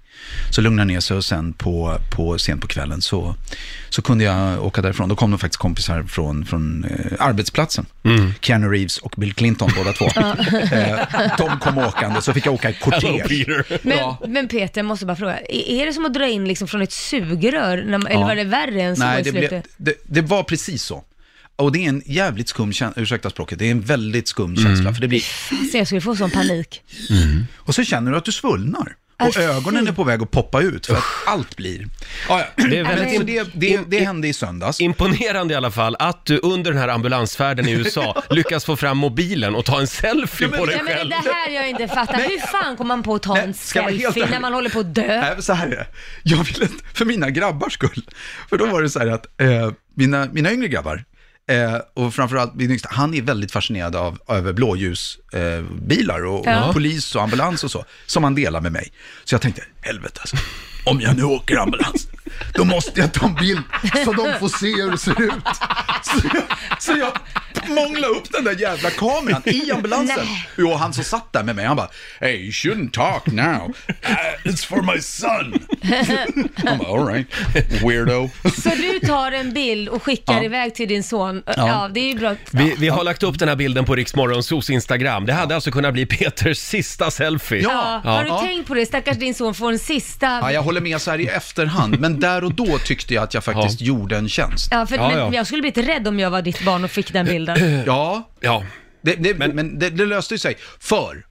Så lugnade jag ner sig och sen på, på, sent på kvällen så, så kunde jag åka därifrån. Då kom det faktiskt kompisar från, från eh, arbetsplatsen. Keanu Reeves och Bill Clinton båda två. eh, de kom åkande så fick jag åka i Hello, kortege. Peter. Men, men Peter, jag måste bara fråga. Är är det som att dra in liksom från ett sugrör? När, man- Eller var det värre än så Nej, i det, blev, slutet? det, det var precis så. Och det är en jävligt skum känsla, ursäkta språket, det är en väldigt skum Mm. känsla. För det blir, Så jag skulle få sån panik. och så känner du att du svullnar. Och Aj, fy. ögonen är på väg att poppa ut för att allt blir... Ja, ja. Det är Men väldigt så det, det, det im- hände i söndags. Imponerande i alla fall att du under den här ambulansfärden i USA lyckas få fram mobilen och ta en selfie Ja, men- på dig Nej, men själv. det där jag inte fattar. Hur fan kommer man på att ta Nej, en ska jag vara helt selfie när ärlig? man håller på att dö? Nej, men så här är det. Jag ville inte, för mina grabbars skull, för då var det så här att eh, mina, mina yngre grabbar, eh, och framförallt min yngsta, han är väldigt fascinerad av över blåljusbilar eh, bilar och, Ja. och polis och ambulans och så, som han delar med mig. Så jag tänkte, helvete alltså, om jag nu åker ambulans, då måste jag ta en bild så de får se hur det ser ut. Så jag, så jag månglade upp den där jävla kameran i ambulansen. Jo, han som satt där med mig, han bara, hey, you shouldn't talk now. Uh, it's for my son. han bara, all right, weirdo. Så du tar en bild och skickar Ja. iväg till din son. Ja, det är ju bra. Vi, vi har lagt upp den här bilden på Riksmorgonsos Instagram. Det hade alltså kunnat bli Peters sista selfie. Ja. Ja. Har du Ja. tänkt på det? Stackars din son får en sista... Ja, Ja, jag håller med så här i efterhand, men där och då tyckte jag att jag faktiskt gjorde en tjänst. för, Ja, men ja. jag skulle blivit rädd om jag var ditt barn och fick den bilden. Ja, Ja. det, det, men, det, det löste ju sig. För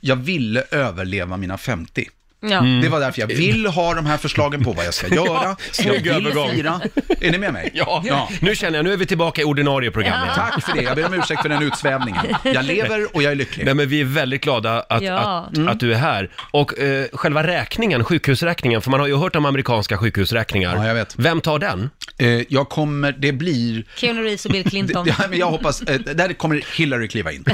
jag ville överleva mina 50. Ja. Det Mm. var därför jag vill ha de här förslagen på vad jag ska göra. jag snygg vill övergång. fira. Är ni med mig? Ja. nu känner jag, nu är vi tillbaka i ordinarie program igen. Tack för det, jag ber om ursäkt för den utsvävningen. Jag lever och jag är lycklig. Nej men vi är väldigt glada att, Ja. att, Mm. att du är här. Och eh, själva räkningen, sjukhusräkningen, för man har ju hört om amerikanska sjukhusräkningar. Ja, jag vet. Vem tar den? Eh, Jag kommer, det blir... Keanu Reeves och Bill Clinton. Ja, men jag hoppas, eh, där kommer Hillary kliva in.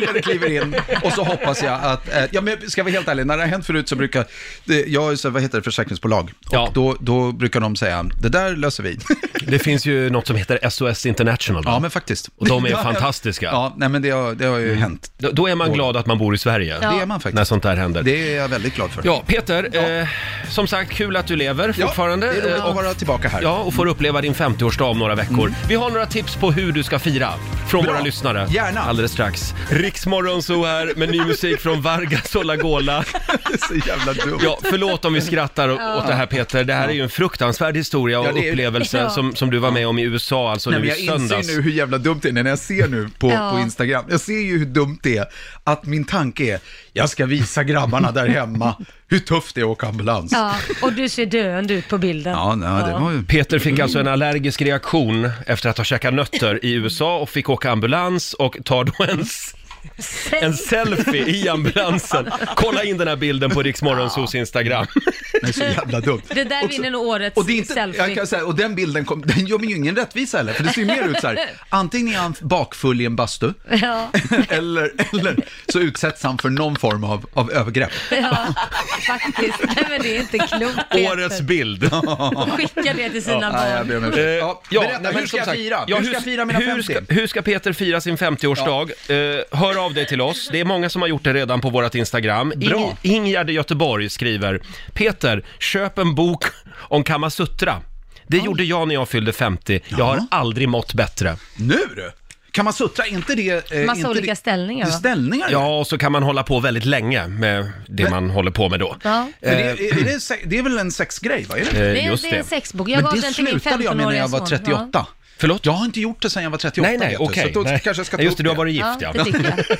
Hillary kliver in och så hoppas jag att, eh, ja men ska jag vara helt ärlig, när det har hänt förut så brukar, det- jag är så, vad heter det, försäkringsbolag. Och Ja. då, då brukar de säga, det där löser vi. det finns ju något som heter SOS International. va? Ja, men faktiskt. Och de är Ja, ja. fantastiska. Ja, nej men det har, det har ju hänt. Då- Då är man glad att man bor i Sverige. Det är man faktiskt. När sånt där händer. Det är jag väldigt glad för. Ja, Peter, Eh, som sagt kul att du lever Ja, fortfarande. Det är roligt eh, att och, vara tillbaka här. Mm. ja, och får uppleva din 50-årsdag om några veckor. Vi har några tips på hur du ska fira från Bra. våra lyssnare. Gärna. Alldeles strax. Riksmorgon så här med ny musik från Vargas och Lagola. Det är så jävla dumt. Ja, förlåt om vi skrattar å- åt det här Peter. Det här är ju en fruktansvärd historia och Ja, det är- upplevelse Ja. som, som du var med om i USA alltså Nej, nu men i jag söndags. inser nu hur jävla dumt det är när jag ser nu på, Ja. på Instagram. Jag ser ju hur dumt det är att min tanke är jag ska visa grabbarna där hemma hur tufft det är att åka ambulans. Ja, Ja, och du ser döende ut på bilden. nej, det var ju... Peter fick alltså en allergisk reaktion efter att ha käkat nötter i USA och fick åka ambulans och tar då en, s- en selfie i ambulansen. Kolla in den här bilden på Riksmorgonsos Instagram. Det är så jävla dumt. Det där Och så- vinner nog årets och det är inte, selfie. Jag kan säga, och den bilden kom, den gör mig ju ingen rättvisa heller, för det ser ju mer ut så här. Antingen är han bakfull i en bastu, Ja, eller, eller så utsätts han för någon form av, av övergrepp. ja, faktiskt. Nej men det är inte klokt Peter. Årets bild. Skicka det till sina Nej, barn. jag ber om ursäkt. Eh, ja, ja, berätta, nej, men hur ska som jag sagt- fira? Ja, hur ska jag fira mina hur 50? ska, hur ska Peter fira sin 50-årsdag? Eh, hör av dig till oss. Det är många som har gjort det redan på vårt Instagram. Ing, Bra. Ingegärd i Göteborg skriver, Peter, köp en bok om Kamasutra. Det gjorde jag när jag fyllde 50. Jag har Jaha. aldrig mått bättre. Nu du! Kan man suttra? Är inte det... Eh, Massa inte olika det, ställningar, va? Ställningar? Ja, och så kan man hålla på väldigt länge med det man håller på med då. Ja. För det, är, är det, se- det är väl en sexgrej, va? Är det? Eh, Det är, just det är det. en sexbok. Jag Men gav det den till min slutade jag med när 15-åriga jag var son. 38. Ja. Förlåt? Jag har inte gjort det sen jag var 38, Nej, nej, vet du, okej. så då nej. kanske jag ska ta Nej, just upp det, du har varit gift ja. Ja, det tycker jag.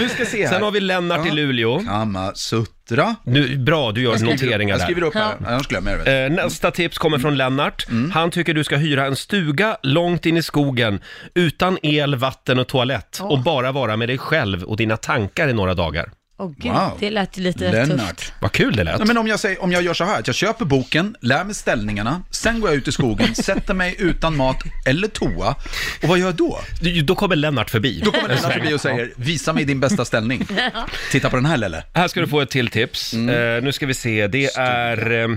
Nu ska jag se här. Sen har vi Lennart i Ja. Luleå. Kamasutra. Nu, bra, du gör noteringar Jag där. skriver upp här, annars glömmer jag det. vet du. Eh, Nästa tips kommer från Lennart. Mm. Han tycker du ska hyra en stuga långt in i skogen utan el, vatten och toalett och bara vara med dig själv och dina tankar i några dagar. Åh gud, Wow. det lät ju lite Lennart. tufft. Vad kul det lät. Nej, men om, jag säger, om jag gör så här, att jag köper boken, lär mig ställningarna, sen går jag ut i skogen, sätter mig utan mat eller toa. Och vad gör jag då? Du- Då kommer Lennart förbi. Då kommer Lennart förbi och säger, visa mig din bästa ställning. Titta på den här Lelle. Här ska du få ett till tips. Mm. Eh, nu ska vi se, det är... Eh,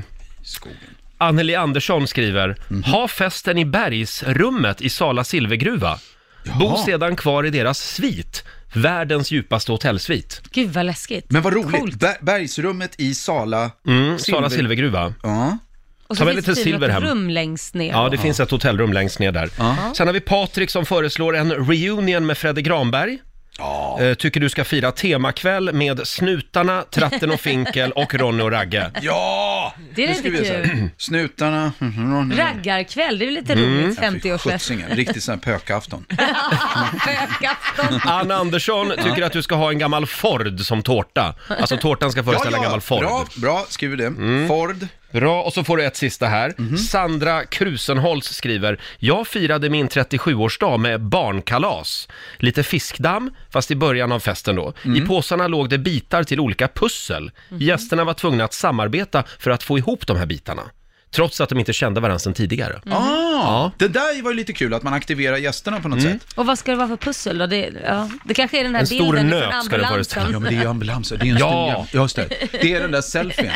Anneli Andersson skriver, Mhm. ha festen i bergsrummet i Sala silvergruva. Bo sedan kvar i deras svit, världens djupaste hotellsvit. Gud vad läskigt. Men vad roligt, Ber- bergsrummet i Sala. Mm, Sala silvergruva. Ja. Och Ta så med finns lite det tydligen silver ett hem. rum längst ner. Ja, det finns ett hotellrum längst ner där. Sen har vi Patrik som föreslår en reunion med Fredde Granberg. Eh, Tycker du ska fira temakväll med Snutarna, Tratten och Finkel och Ronny och Ragge. Ja! Det är Nu lite ska vi se Mm. här. kul. Snutarna. Raggarkväll, det är ju lite Mm. roligt, 50-årsfest. Sjuttsingen, riktigt sån här pökafton. Spökafton. Ann Andersson tycker att du ska ha en gammal Ford som tårta. Alltså tårtan ska föreställa en gammal Ford. Mm. Bra, bra, skriver det. Mm. Ford. Bra, och så får du ett sista här. Mhm. Sandra Krusenholz skriver, jag firade min 37-årsdag med barnkalas. Lite fiskdamm, fast i början av festen då. Mm. I påsarna låg det bitar till olika pussel. Mhm. Gästerna var tvungna att samarbeta för att få ihop de här bitarna. Trots att de inte kände varandra sedan tidigare. Ah, det där var ju lite kul, att man aktiverar gästerna på något Mm. sätt. Och vad ska det vara för pussel då? Det, ja, det kanske är den här En stor bilden nöt ska från det föreställa. Ja, ambulansen. men det är ju ambulanser. Det är en Ja. stor jävla- just det. Det är den där selfien.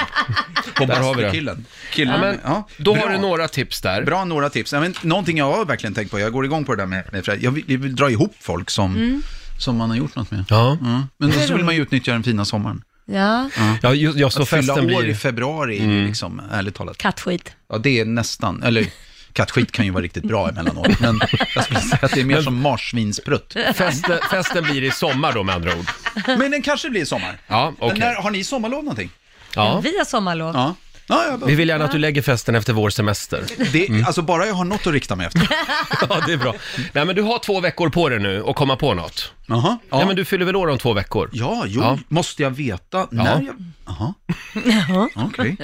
På Där har vi det. bastukillen. Killen. Ja, men, med- ja. Då har Bra. du några tips där. Bra, några tips. Ja, men, någonting jag har verkligen tänkt på, jag går igång på det där med, med Fred. Jag vill, jag vill dra ihop folk som, Mm. som man har gjort något med. Ja, Mm. Men då så vill man ju utnyttja den fina sommaren. Ja, ja, ju- Mm. ja så Att fylla år festen i blir... februari är ju liksom, ärligt talat. kattskit. Ja, det är nästan, eller kattskit kan ju vara riktigt bra emellanåt, men jag skulle säga att det är mer som marsvinsprutt. Festen, festen blir i sommar då med andra ord. Men den kanske blir i sommar. Ja, okej. Men när, har ni sommarlov någonting? Ja. Vi har sommarlov. Ja. ja jag, Vi Mm. vill gärna att du lägger festen efter vår semester. det, Alltså bara jag har något att rikta mig efter. Ja, det är bra. Nej, men du har två veckor på dig nu att komma på något. Jaha. Ja, Nej, men du fyller väl år om två veckor? ja jo, Ja. måste jag veta när jag... Jaha. Okej.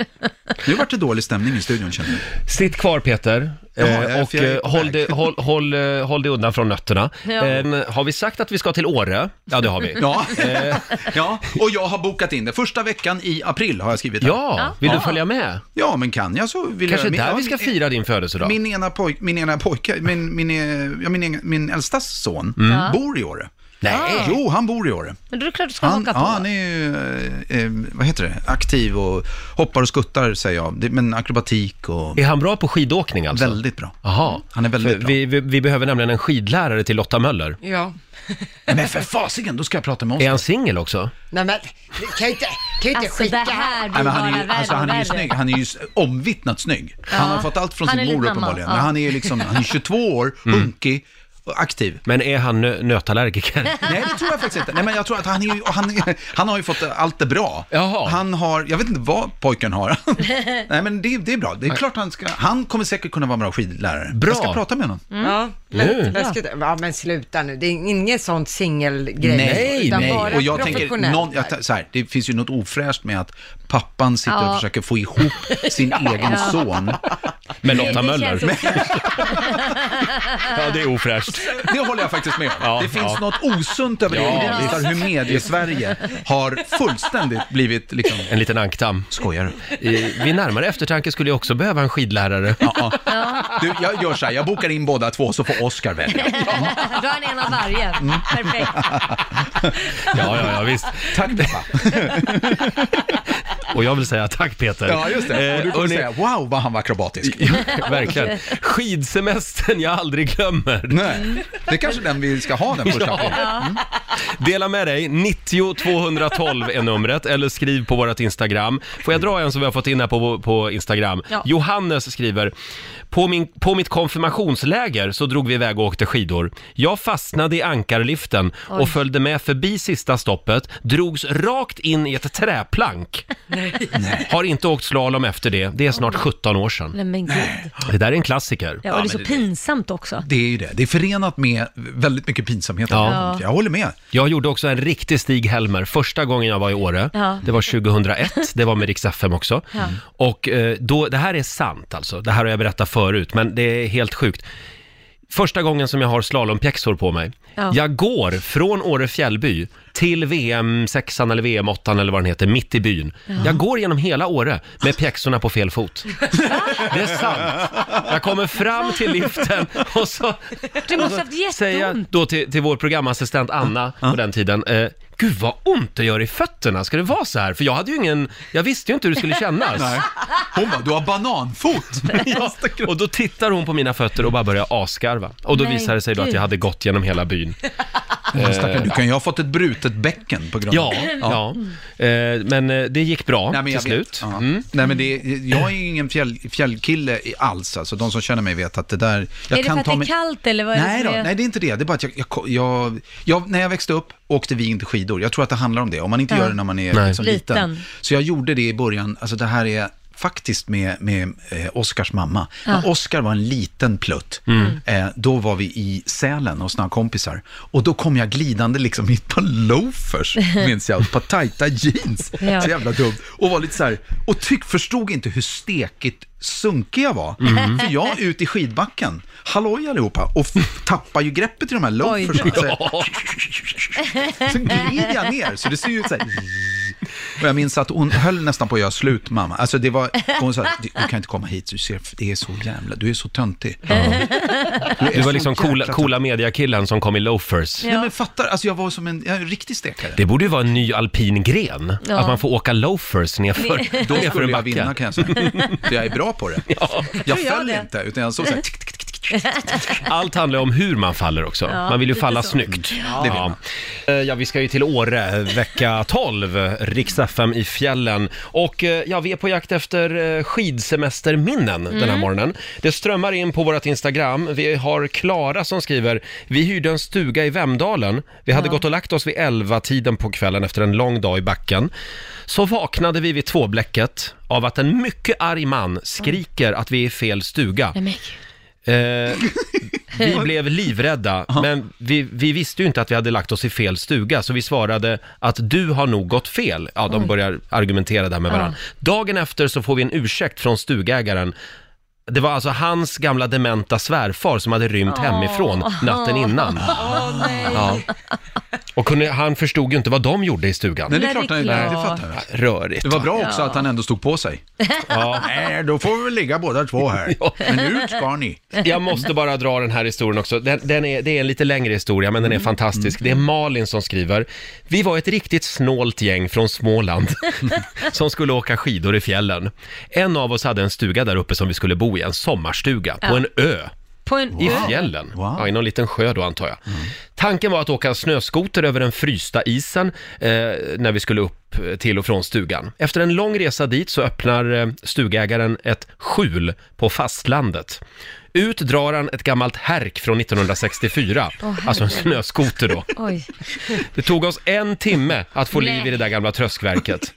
Nu vart det dålig stämning i studion känner jag. Sitt kvar Peter, Ja, eh, jag- och jag är eh, på håll väg. dig, håll, håll, eh, håll dig undan från nötterna. Ja. Eh, har vi sagt att vi ska till Åre? Ja, det har vi. Ja. Eh. ja, och jag har bokat in det. Första veckan i april har jag skrivit här. Ja, vill du följa med? ja men kan jag så vill Kanske jag... där ja, vi ska fira din födelsedag? Min ena, poj, min ena pojke, min, min, eh, ja, min, egen- min äldsta son, bor i Åre. Mm. Nej. Jo, han bor i Åre. Men då är det klart du ska Han, haka ja, på. han är ju, eh, eh, vad heter det, aktiv och hoppar och skuttar säger jag. Det- Men akrobatik och Är han bra på skidåkning alltså? väldigt bra. Jaha. Han är väldigt För bra. vi, vi, vi behöver nämligen en skidlärare till Lotta Möller. Ja. Men för fasiken, då ska jag prata med Är honom. han singel också? Nej men, du kan ju inte, kan ju inte Alltså det skicka här blir Nej, men bara han, är ju, värre alltså, och han är ju värre. snygg, han är ju s- omvittnat snygg. Han har fått allt från Han är sin lite mor mamma, uppenbarligen. ja. Men han är ju liksom, han är 22 år, Mm. hunkig och aktiv. Men är han nö- nötallergiker? Nej, det tror jag faktiskt inte. Nej, men jag tror att han, är ju, han, är- han har ju fått eh, allt det bra. Jaha. Han har, jag vet inte vad pojken har. Nej, men det, det är bra. Det är klart han ska, han kommer säkert kunna vara en bra skidlärare. Bra. Jag ska prata med honom. Ja, Nu. men, läskigt. ja, men sluta nu. Det är inget sånt singelgrej. Nej, utan nej. bara Och jag tänker, professionellt. någon, jag, tä- så här, det finns ju något ofräscht med att pappan sitter Ja. och försöker få ihop sin egen son. Med Lotta Det känns Möller? också- Ja, det är ofräscht. Det håller jag faktiskt med om. Ja, det finns ja. något osunt över det. Ja, Det visar hur mediesverige har fullständigt blivit liksom... En liten ankdamm. Skojar du? I- Vid närmare eftertanke skulle jag också behöva en skidlärare. Ja, ja. Du, jag gör så här, jag bokar in båda två så får Oscar välja. Dra en en av varje. Mm. Perfekt. Ja, ja, ja, visst. Tack pappa. Och jag vill säga tack Peter. Eh, Ja, just det. Och du kommer hörni, säga, wow vad han var akrobatisk. Ja, verkligen. Skidsemestern jag aldrig Mm. glömmer. Nej, det är kanske den vi ska ha den första april. Dela med dig, 90 212 är numret, eller skriv på vårt Instagram. Får jag dra en som vi har fått in här på, på Instagram? Ja. Johannes skriver, på, min, på mitt konfirmationsläger så drog vi iväg och åkte skidor. Jag fastnade i ankarliften Oj. och följde med förbi sista stoppet, drogs rakt in i ett träplank. Har inte åkt slalom efter det, det är snart 17 år sedan. Nej men gud. Det där är en klassiker. Ja, och det är så men det- pinsamt också. Det är ju det. Det är förenat med väldigt mycket pinsamhet. Ja. Jag håller med. Jag gjorde också en riktig Stig-Helmer första gången jag var i Åre. Ja. Det var 2001, det var med Rix FM också. Ja. Och eh, då, det här är sant alltså, det här har jag berättat förut, men det är helt sjukt. Första gången som jag har slalompjäxor på mig, Ja. jag går från Åre fjällby till VM 6 eller VM 8 eller vad den heter, mitt i byn. Jag går genom hela Åre med pjäxorna på fel fot. Det är sant. Jag kommer fram till liften och så Du måste Alltså, haft säga jätteont. Alltså, då till, till vår programassistent Anna på den tiden. Eh, Gud vad ont det gör i fötterna, ska det vara så här? För jag hade ju ingen, jag visste ju inte hur det skulle kännas. Hon bara, du har bananfot. Ja, och då tittar hon på mina fötter och bara börjar askarva. Och då Nej, visade det sig då att Gud. jag hade gått genom hela byn. Du kan ju ha fått ett brutet bäcken på grund av Ja, ja. Eh, men eh, det gick bra Nej, men till jag slut. Vet, ja. Mm. Nej, men det, är- jag är ju ingen fjäll, fjällkille i- alls, alltså de som känner mig vet att det där... Jag är det för att det är mig- kallt eller vad är Nej, det då, som är- nej, det är inte det. Det är bara att jag, jag, jag, jag, när jag växte upp åkte vi inte skidor. Jag tror att det handlar om det, om man inte Ja. gör det när man Nej. är liksom liten. Liten. Så jag gjorde det i början, alltså det här är faktiskt med, med eh, Oskars mamma. När Oskar var en liten plutt, eh, då var vi i Sälen hos några kompisar. Och då kom jag glidande liksom i ett par loafers, minns jag, ett par tajta jeans. Ja. Så jävla dumt. Och var lite så här, och tyck, förstod inte hur stekigt sunkig jag var. Mm. För jag ut i skidbacken, halloj allihopa, och f- tappar ju greppet i de här loafersen. Så, här, så glider jag ner, så det ser ju ut så här. Och jag minns att hon höll nästan på att göra slut, mamma. Alltså det var, hon sa, du kan inte komma hit, du ser, det är så jävla, du är så töntig. är Du så var liksom coola, jäkla coola mediakillen som kom i loafers. Nej men fattar, alltså jag var som en, jag är en riktig stekare. Det borde ju vara en ny alpin gren, Ja. att man får åka loafers nerför, Då nerför skulle en jag backe. vinna kan jag säga. För jag är bra på det. Jag Tror jag föll det. inte, utan jag såg så här, tick, tick, tick, tick, tick. Allt handlar om hur man faller också. Ja, man vill ju lite falla så. snyggt. det vill Ja. Eh, ja, vi ska ju till Åre vecka 12, riks FM i fjällen. Och eh, ja, vi är på jakt efter eh, skidsemesterminnen den här morgonen. Det strömmar in på vårt Instagram. Vi har Klara som skriver, vi hyrde en stuga i Vemdalen. Vi hade gått och lagt oss vid 11-tiden på kvällen efter en lång dag i backen. Så vaknade vi vid tvåbläcket av att en mycket arg man skriker att vi är i fel stuga. Nej, men, Eh, vi blev livrädda, men vi, vi visste ju inte att vi hade lagt oss i fel stuga, så vi svarade att du har nog gått fel. Ja, de börjar argumentera där med varandra. Dagen efter så får vi en ursäkt från stugägaren. Det var alltså hans gamla dementa svärfar som hade rymt hemifrån natten innan. Åh, nej. Ja. Och kunde, han förstod ju inte vad de gjorde i stugan. Nej, det är Nej, klart, det är nej, nej, det klart. fattar jag. Rörigt. Det var va? bra också att han ändå stod på sig. Nej, då får vi väl ligga båda två här. Men nu ska ni. Jag måste bara dra den här historien också. Den, den är, det är en lite längre historia, men den är fantastisk. Det är Malin som skriver. Vi var ett riktigt snålt gäng från Småland som skulle åka skidor i fjällen. En av oss hade en stuga där uppe som vi skulle bo i, en sommarstuga på Ja. en ö. På en I ö. fjällen, Wow. Mm. ja, i någon liten sjö då antar jag. Tanken var att åka snöskoter över den frysta isen eh, när vi skulle upp eh, till och från stugan. Efter en lång resa dit så öppnar eh, stugägaren ett skjul på fastlandet. Ut drar han ett gammalt härk från 1964, herregud. alltså en snöskoter då. Oj. Det tog oss en timme att få liv Nej. i det där gamla tröskverket.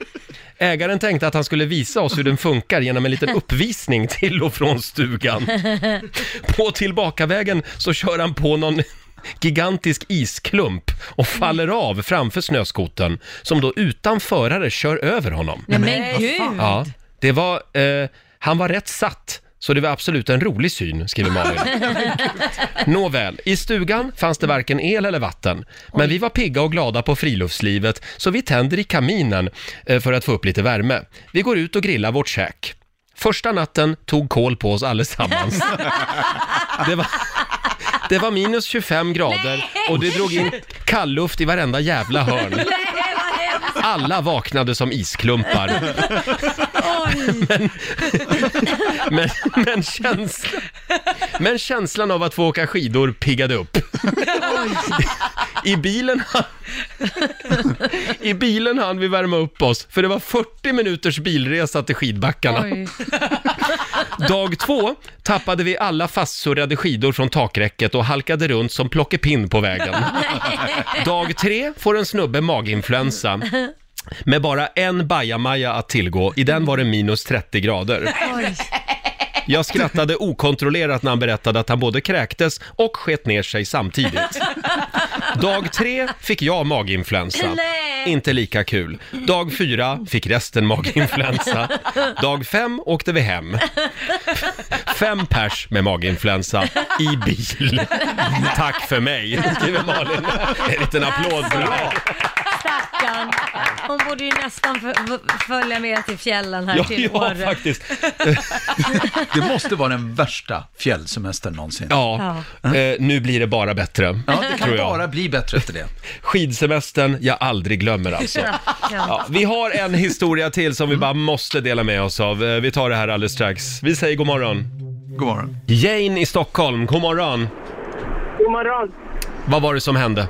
Ägaren tänkte att han skulle visa oss hur den funkar genom en liten uppvisning till och från stugan. På tillbakavägen så kör han på någon gigantisk isklump och faller av framför snöskoten som då utan förare kör över honom. Nej, men gud. Ja, det var, eh, han var rätt satt. Så det var absolut en rolig syn, skriver Malin. Nåväl, i stugan fanns det varken el eller vatten. Men vi var pigga och glada på friluftslivet, så vi tänder i kaminen eh, för att få upp lite värme. Vi går ut och grillar vårt käk. Första natten tog kol på oss allesammans. Det var, det var minus 25 grader och det drog in kallluft i varenda jävla hörn. Nej, vad hemskt. Alla vaknade som isklumpar. Oj. Men, men, känslan, men känslan av att få åka skidor piggade upp. I bilen, hann- I bilen hann vi värma upp oss, för det var 40 minuters bilresa till skidbackarna. Oj. Dag två tappade vi alla fastsurrade skidor från takräcket och halkade runt som plockepinn på vägen. Dag tre får en snubbe maginfluensa. Med bara en bajamaja att tillgå, i den var det minus 30 grader. Oj. Jag skrattade okontrollerat när han berättade att han både kräktes och sket ner sig samtidigt. Dag tre fick jag maginfluensa. Nej. Inte lika kul. Dag fyra fick resten maginfluensa. Dag fem åkte vi hem. Fem pers med maginfluensa i bil. Tack för mig, skriver Malin. En liten applåd för det här. Stackarn. Hon borde ju nästan fö- v- följa med till fjällen här Ja, till ja, Åre. faktiskt. Det måste vara den värsta fjällsemestern någonsin. Ja, eh, nu blir det bara bättre. Ja, det kan tror jag. bara bli bättre efter det. Skidsemestern jag aldrig glömmer alltså. Stackarn. Ja, vi har en historia till som vi bara måste dela med oss av. Eh, Vi tar det här alldeles strax. Vi säger god morgon. God morgon. Jane i Stockholm, god morgon. God morgon. Vad var det som hände?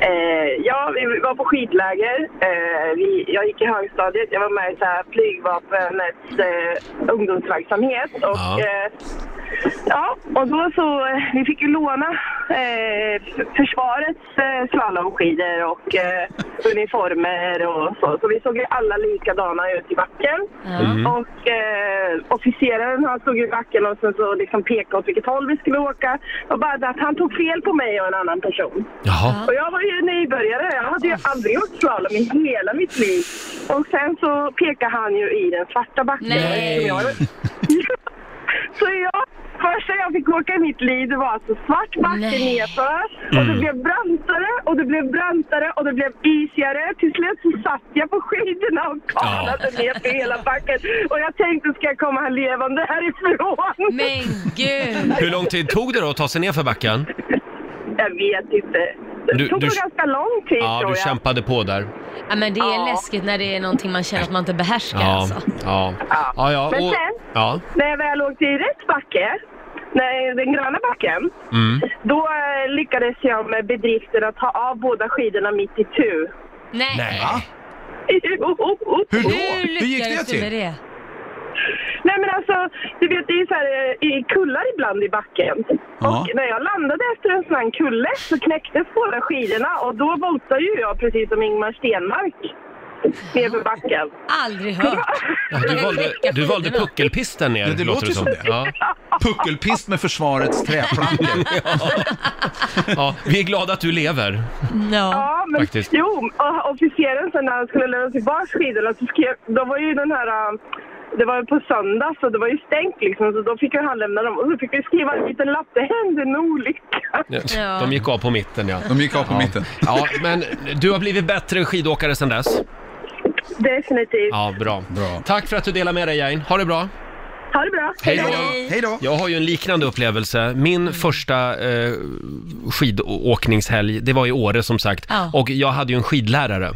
Eh, ja, vi var på skidläger. Eh, vi, jag gick i högstadiet. Jag var med i så här flygvapnets eh, ungdomsverksamhet. Och, Ja. ja. Eh, ja, och då så, eh, vi fick ju låna eh, f- försvarets eh, slalomskidor och eh, uniformer och så. Så vi såg ju alla likadana ut i backen. Och eh, officeraren han stod i backen och sen så liksom pekade åt vilket håll vi skulle åka. Och bara att han tog fel på mig och en annan person. Jaha. Och jag var ju nybörjare. Jag hade ju aldrig åkt slalom i hela mitt liv. Och sen så pekar han ju i den svarta backen. Nej. Och jag- så jag, första jag fick åka i mitt liv, det var alltså svart backe Nej. nerför. Och det blev brantare och det blev brantare och det blev isigare. Till slut så satt jag på skidorna och kavlade ner för hela backen. Och jag tänkte, ska jag komma här levande härifrån? Men gud. Hur lång tid tog det då att ta sig ner för backen? Jag vet inte. Det Du- tog du- ganska lång tid Ja, tror du jag. kämpade på där. Ja, men det är Ja. läskigt när det är någonting man känner att man inte behärskar Ja, alltså. ja. ja, ja. Men Och, sen- ja. När jag väl åkte i rätt backe, nej, den gröna backen, Mm. då eh, lyckades jag med bedriften att ta av båda skidorna mitt i tu. Nej. Nej. Hur då? Hur Hur gick det lyckades du med till? det? Nej men alltså, du vet det är ju så här eh, i kullar ibland i backen. Ja. Och när jag landade efter en sån här kulle så knäcktes båda skidorna och då voltade ju jag precis som Ingmar Stenmark nerför backen. Aldrig hört. Ja, Du valde, du valde puckelpisten ner, Ja, det låter ju som det. Ja. Puckelpist med försvarets träplankor. Ja. Vi är glada att du lever. Ja. Ja, men Faktiskt. jo, och officeren sen när han skulle lämna tillbaka skidorna så skrev, då var ju den här äh, det var ju på söndag så det var ju stängt liksom så då fick jag han lämna dem och så fick vi skriva en liten lapp. Det hände en olycka. Ja. De gick av på mitten ja. De gick av på mitten. Ja, men du har blivit bättre skidåkare sedan dess. Definitivt. Ja, bra. Bra. Tack för att du delar med dig Jane. Ha det bra. Ha det bra. Hej då. Hej. Hej då! Jag har ju en liknande upplevelse. Mm. Min första eh, skidåkningshelg, det var i Åre som sagt. Ja. Mm. Och jag hade ju en skidlärare,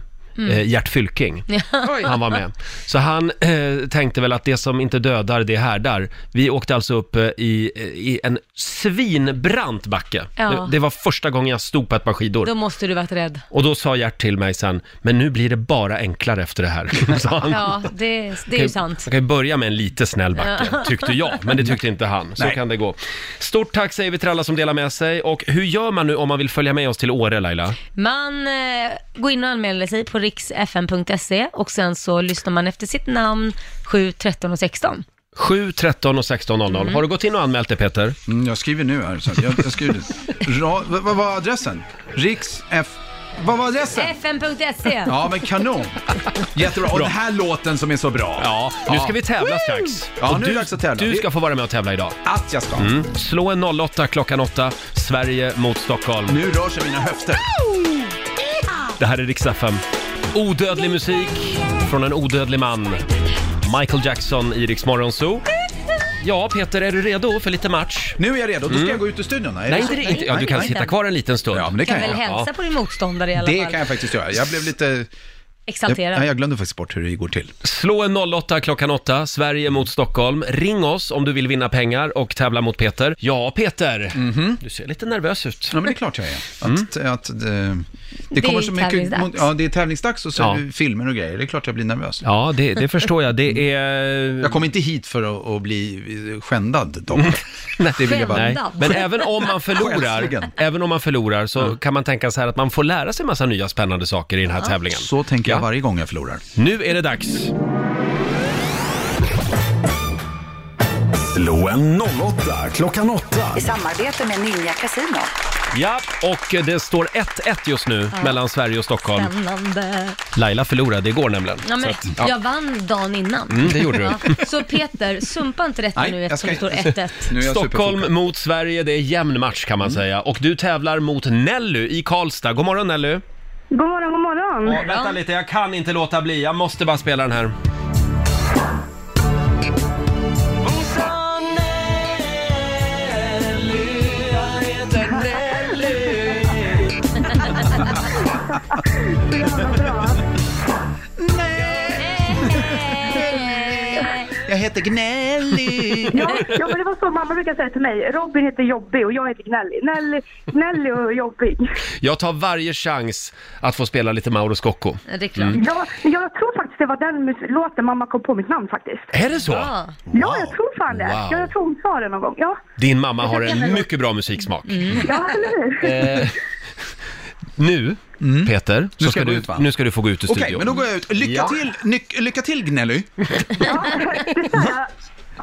eh, Gert Fylking. Han var med. Så han eh, tänkte väl att det som inte dödar, det härdar. Vi åkte alltså upp eh, i, i en svinbrant backe. Ja. Det, det var första gången jag stod på ett par skidor. Då måste du varit rädd. Och då sa Gert till mig sen, men nu blir det bara enklare efter det här. sa han. Ja, det, det är ju sant. Man kan ju börja med en lite snäll backe, tyckte jag, men det tyckte inte han. Så Nej. kan det gå. Stort tack säger vi till alla som delar med sig. Och hur gör man nu om man vill följa med oss till Åre, Laila? Man eh, går in och anmäler sig på riksfn.se och sen så lyssnar man efter sitt namn 7, 13 och 16. 7, 13 och 16.00. Har du gått in och anmält dig, Peter? Mm, jag skriver nu här. Så jag, jag skriver. Ra, vad, vad var adressen? Riks F... Vad var adressen? fn.se! Ja, men kanon. Jättebra. Och den här låten som är så bra. Nu ska vi tävla strax. Ja, Och nu är du, det dags att tävla. Du ska få vara med och tävla idag. Att jag ska. Slå en 08 klockan 8, Sverige mot Stockholm. Nu rör sig mina höfter. Det här är Rix FM. Odödlig musik från en odödlig man. Michael Jackson i Rix Morgon Zoo. Ja, Peter, är du redo för lite match? Nu är jag redo. Då ska jag gå ut ur studion. Mm. Nej, Nej, det- inte det. Inte. Ja, du kan nej. sitta kvar en liten stund. Ja, men det Du kan kan väl jag. hälsa på din motståndare i alla Det fall. kan jag faktiskt göra. Jag blev lite... Jag, Exalterad. ja, jag glömde faktiskt bort hur det går till. Slå en 08 klockan 8, Sverige mot Stockholm. Ring oss om du vill vinna pengar och tävla mot Peter. Mhm. Ja, Peter, du ser lite nervös ut. Ja, men det är klart jag är. Att, att, eh, det, kommer ju så mycket... tävlingsdags. mot- Ja, det är tävlingsdags och så Ja. filmer och grejer. Det är klart jag blir nervös. Ja, det, det förstår jag. Det är... Jag kom inte hit för att, att bli eh, skändad dock. det vill jag bara... Nej, Undan. men även om man förlorar, Själsligen. även om man förlorar så kan man tänka så här att man får lära sig massa nya spännande saker i den här tävlingen. Så tänker jag Ja. varje gång jag förlorar. Nu är det dags. Slå en 08 klockan 8. I samarbete med Ninja Casino. Ja, och det står 1-1 just nu mellan Sverige och Stockholm. Spännande. Laila förlorade igår nämligen. Ja, men, Så att, ja. Jag vann dagen innan. Mm, det gjorde du. Ja, så Peter, sumpa inte detta nu eftersom det står 1-1. Nu är jag Stockholm superfokad. mot Sverige, det är jämn match kan man säga. Och du tävlar mot Nelly i Karlstad. God morgon Nelly! God morgon, god morgon. vänta lite, jag kan inte låta bli. Jag måste bara spela den här. Jag heter Gnällig. Ja, ja, men det var så mamma brukade säga till mig. Robin heter Jobbig och jag heter Gnällig. Gnällig, gnällig och Jobbig. Jag tar varje chans att få spela lite Mauro Scocco. Ja, Det är klart. Mm, Ja, men jag tror faktiskt det var den mus- låten mamma kom på mitt namn faktiskt. Är det så? Ja. Ja, jag tror fan det. Wow. Ja, jag tror hon sa det någon gång. Ja, Din mamma har en mycket bra musiksmak. Mm. Mm. ja eller hur? Eh, nu, Peter, så Mm. ska ska jag gå du, ut, va? nu ska du få gå ut ur Okej, studion. men då går jag ut. Lycka Ja. till, nyc- lycka till Gnälly.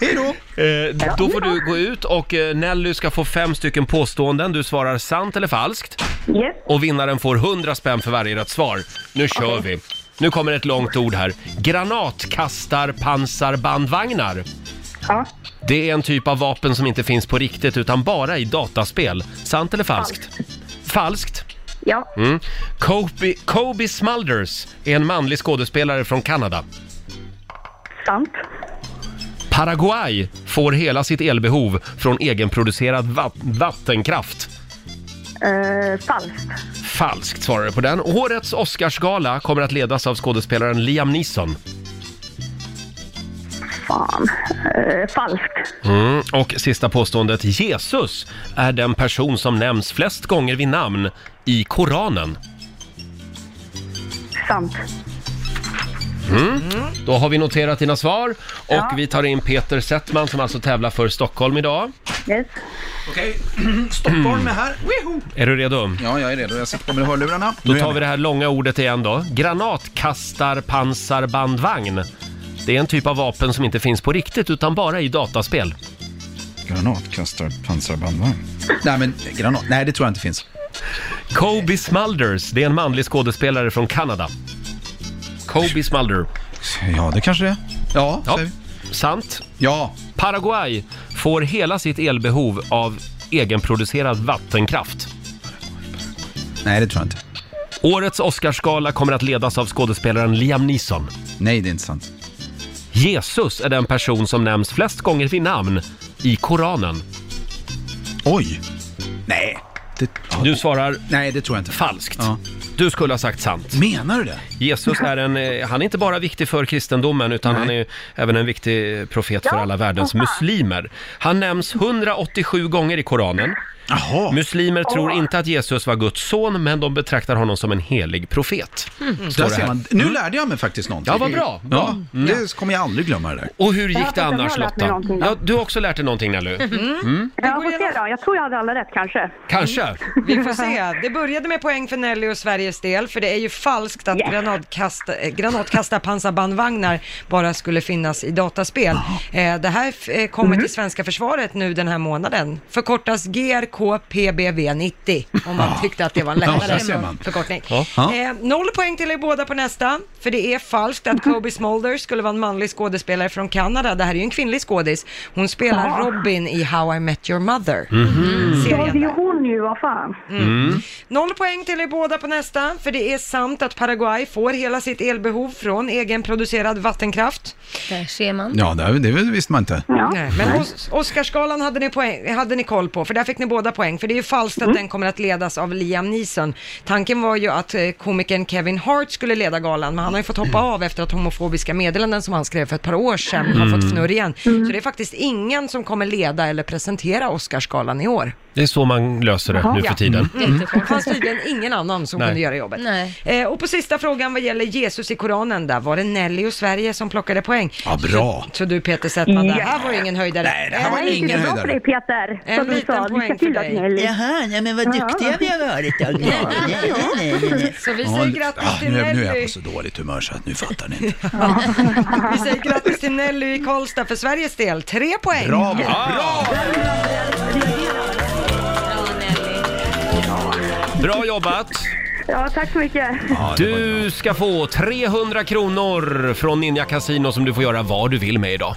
Hej då. Eh, då får du gå ut och eh, Nelly ska få fem stycken påståenden. Du svarar sant eller falskt Yes. och vinnaren får 100 spänn för varje rätt svar. Nu kör vi! Nu kommer ett långt ord här. Granatkastarpansarbandvagnar. Ja. Det är en typ av vapen som inte finns på riktigt utan bara i dataspel. Sant eller falskt? Falskt. Ja. Mm. Kobe, Kobe Smulders är en manlig skådespelare från Kanada. Sant. Paraguay får hela sitt elbehov från egenproducerad va- vattenkraft. Eh, falskt. Falskt svarar du på den. Årets Oscarsgala kommer att ledas av skådespelaren Liam Neeson. Fan. Eh, falskt. Mm. Och sista påståendet. Jesus är den person som nämns flest gånger vid namn i Koranen. Sant. Då har vi noterat dina svar och vi tar in Peter Settman som alltså tävlar för Stockholm idag. Yes. Okej, Stockholm är här. Weho! Är du redo? Ja, jag är redo. Jag sitter på med hörlurarna. Då tar vi det här långa ordet igen då. Granatkastarpansarbandvagn. Det är en typ av vapen som inte finns på riktigt utan bara i dataspel. Granatkastar, pansarbandvagn. Nej, men granat. Nej, det tror jag inte finns. Kobe Smulders, det är en manlig skådespelare från Kanada. Kobe Smulder. Ja, det kanske det är. Ja, Ja. säger vi. Sant. Ja, Paraguay får hela sitt elbehov av egenproducerad vattenkraft. nej det tror jag inte. Årets Oscarsgala kommer att ledas av skådespelaren Liam Neeson. Nej, det är inte sant. Jesus är den person som nämns flest gånger vid namn i Koranen. Oj! Nej, det, Du svarar nej, det tror jag inte. falskt. Ja. Du skulle ha sagt sant. Menar du det? Jesus är en, eh, han är inte bara viktig för kristendomen utan han är ju även en viktig profet för alla världens muslimer. Han nämns 187 gånger i Koranen. Jaha. Muslimer tror inte att Jesus var Guds son, men de betraktar honom som en helig profet. Mm. Där ser man. Nu lärde jag mig faktiskt någonting. Mm. Ja, vad bra. Ja, det kommer jag aldrig glömma det där. Och hur gick det jag har annars lärt mig Lotta? någonting, ja. Mm. Ja, du har också lärt dig någonting Nelly. Ja, får se då. Jag tror jag hade alla rätt kanske. Kanske. Vi får se. Det började med poäng för Nelly och Sveriges del, för det är ju falskt att Yes. granatkast, eh, granatkastarpansarbandvagnar bara skulle finnas i dataspel. Eh, det här f- eh, kommer till svenska försvaret nu den här månaden. Förkortas GRKPBV90, om man tyckte att det var en Ja, där lättare ser man. förkortning. Ja. Eh, noll poäng till er båda på nästa, för det är falskt att Kobe Smolder skulle vara en manlig skådespelare från Kanada. Det här är ju en kvinnlig skådis. Hon spelar Robin i How I Met Your Mother. Ja, Serien det är där. ju hon nu, vad fan. Noll poäng till er båda på nästa, för det är sant att Paraguay får hela sitt elbehov från egenproducerad vattenkraft. Där ser man. Ja, det, det visste man inte. Ja. Nej, men Os- Oscarsgalan hade ni, poäng, hade ni koll på, för där fick ni båda poäng, för det är ju falskt att den kommer att ledas av Liam Neeson. Tanken var ju att eh, komikern Kevin Hart skulle leda galan, men han har ju fått hoppa av efter att homofobiska meddelanden som han skrev för ett par år sedan har fått fnurr igen. Så det är faktiskt ingen som kommer leda eller presentera Oscarsgalan i år. Det är så man löser det nu för Ja. Mm. tiden. Mm. Mm. Det fanns tydligen ingen annan som Nej. kunde göra jobbet. Nej. Eh, och på sista frågan vad gäller Jesus i Koranen, där var det Nelly och Sverige som plockade poäng. Ja, bra. Så du Peter Settman, det här Ja. var ju ingen höjdare. Eh, Nej, det här var Nej, ingen det är bra höjdare. för dig Peter. En Som du liten sa, poäng lycka för till då dig. Nelly. Jaha, nej, men vad duktiga vi har varit. Ja, nej, nej, nej, nej, nej. Så vi Ja, säger grattis ah, till nu, är- nu är jag Nelly. på så dåligt humör så att nu fattar ni inte. Vi säger grattis till Nelly i Karlstad för Sveriges del. Tre poäng. Bravo! Ah! Bra Nelly. Bra jobbat! Ja, tack så mycket. Ja, det var bra. Du ska få 300 kronor från Ninja Casino som du får göra vad du vill med idag.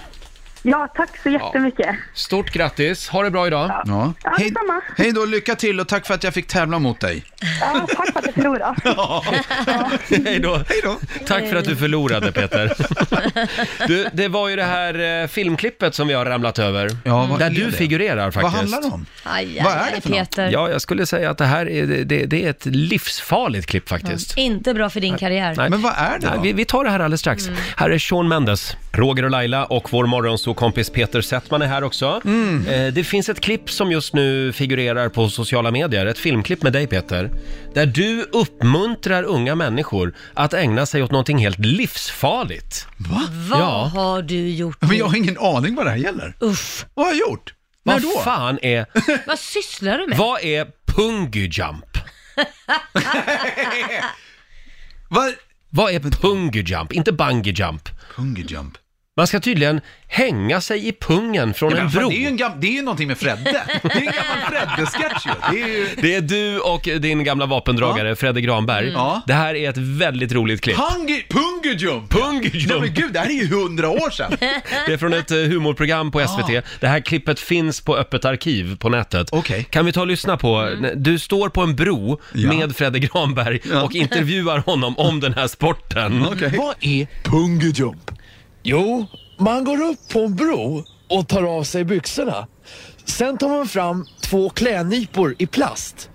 Ja, tack så jättemycket. Stort grattis, ha det bra idag! Ja. Ja, Hej, detsamma. hej då, lycka till och tack för att jag fick tävla mot dig. Ja, tack för att jag förlorade. Hej då. Tack för att du förlorade Peter. Du, det var ju det här eh, filmklippet som vi har ramlat över. Ja, vad där är du det? figurerar faktiskt. Vad handlar det om? Aj, Vad aj, är det aj, för något? Peter. Ja, jag skulle säga att det här är, det, det är ett livsfarligt klipp faktiskt. Inte bra för din karriär. Nej. Men vad är det Nej, då? vi, vi tar det här alldeles strax. Mm. Här är Sean Mendes, Roger och Laila och vår morgonsåkompis Peter Settman är här också. Mm. Eh, det finns ett klipp som just nu figurerar på sociala medier, ett filmklipp med dig Peter, där du uppmuntrar unga människor att ägna sig åt någonting helt livsfarligt. Va? Vad Ja. har du gjort? Men jag har ingen aning vad det här gäller. Uff. Vad har jag gjort? När Vad då? fan är, Vad sysslar du med? vad är pungy jump? Vad? Vad är pungy jump? Inte bungee jump. Pungy jump. Man ska tydligen hänga sig i pungen från Men en vad fan, bro. det är ju en gam- det är ju någonting med Fredde. Det är ju en gammal Fredde-sketch ju. Det är ju... Det är du och din gamla vapendragare Fredde Granberg. Mm. Ja. Det här är ett väldigt roligt klipp. Pungy, pungy jump! Pungy Nej men jump! gud, det här är ju hundra år sedan. Det är från ett eh, humorprogram på SVT. Ah. Det här klippet finns på Öppet arkiv på nätet. Okej. Mm. Kan vi ta och lyssna på? Du står på en bro Ja. med Fredde Granberg Ja. och intervjuar honom om den här sporten. Vad är pungy jump? Jo, man går upp på en bro och tar av sig byxorna. Sen tar man fram två klädnypor i plast.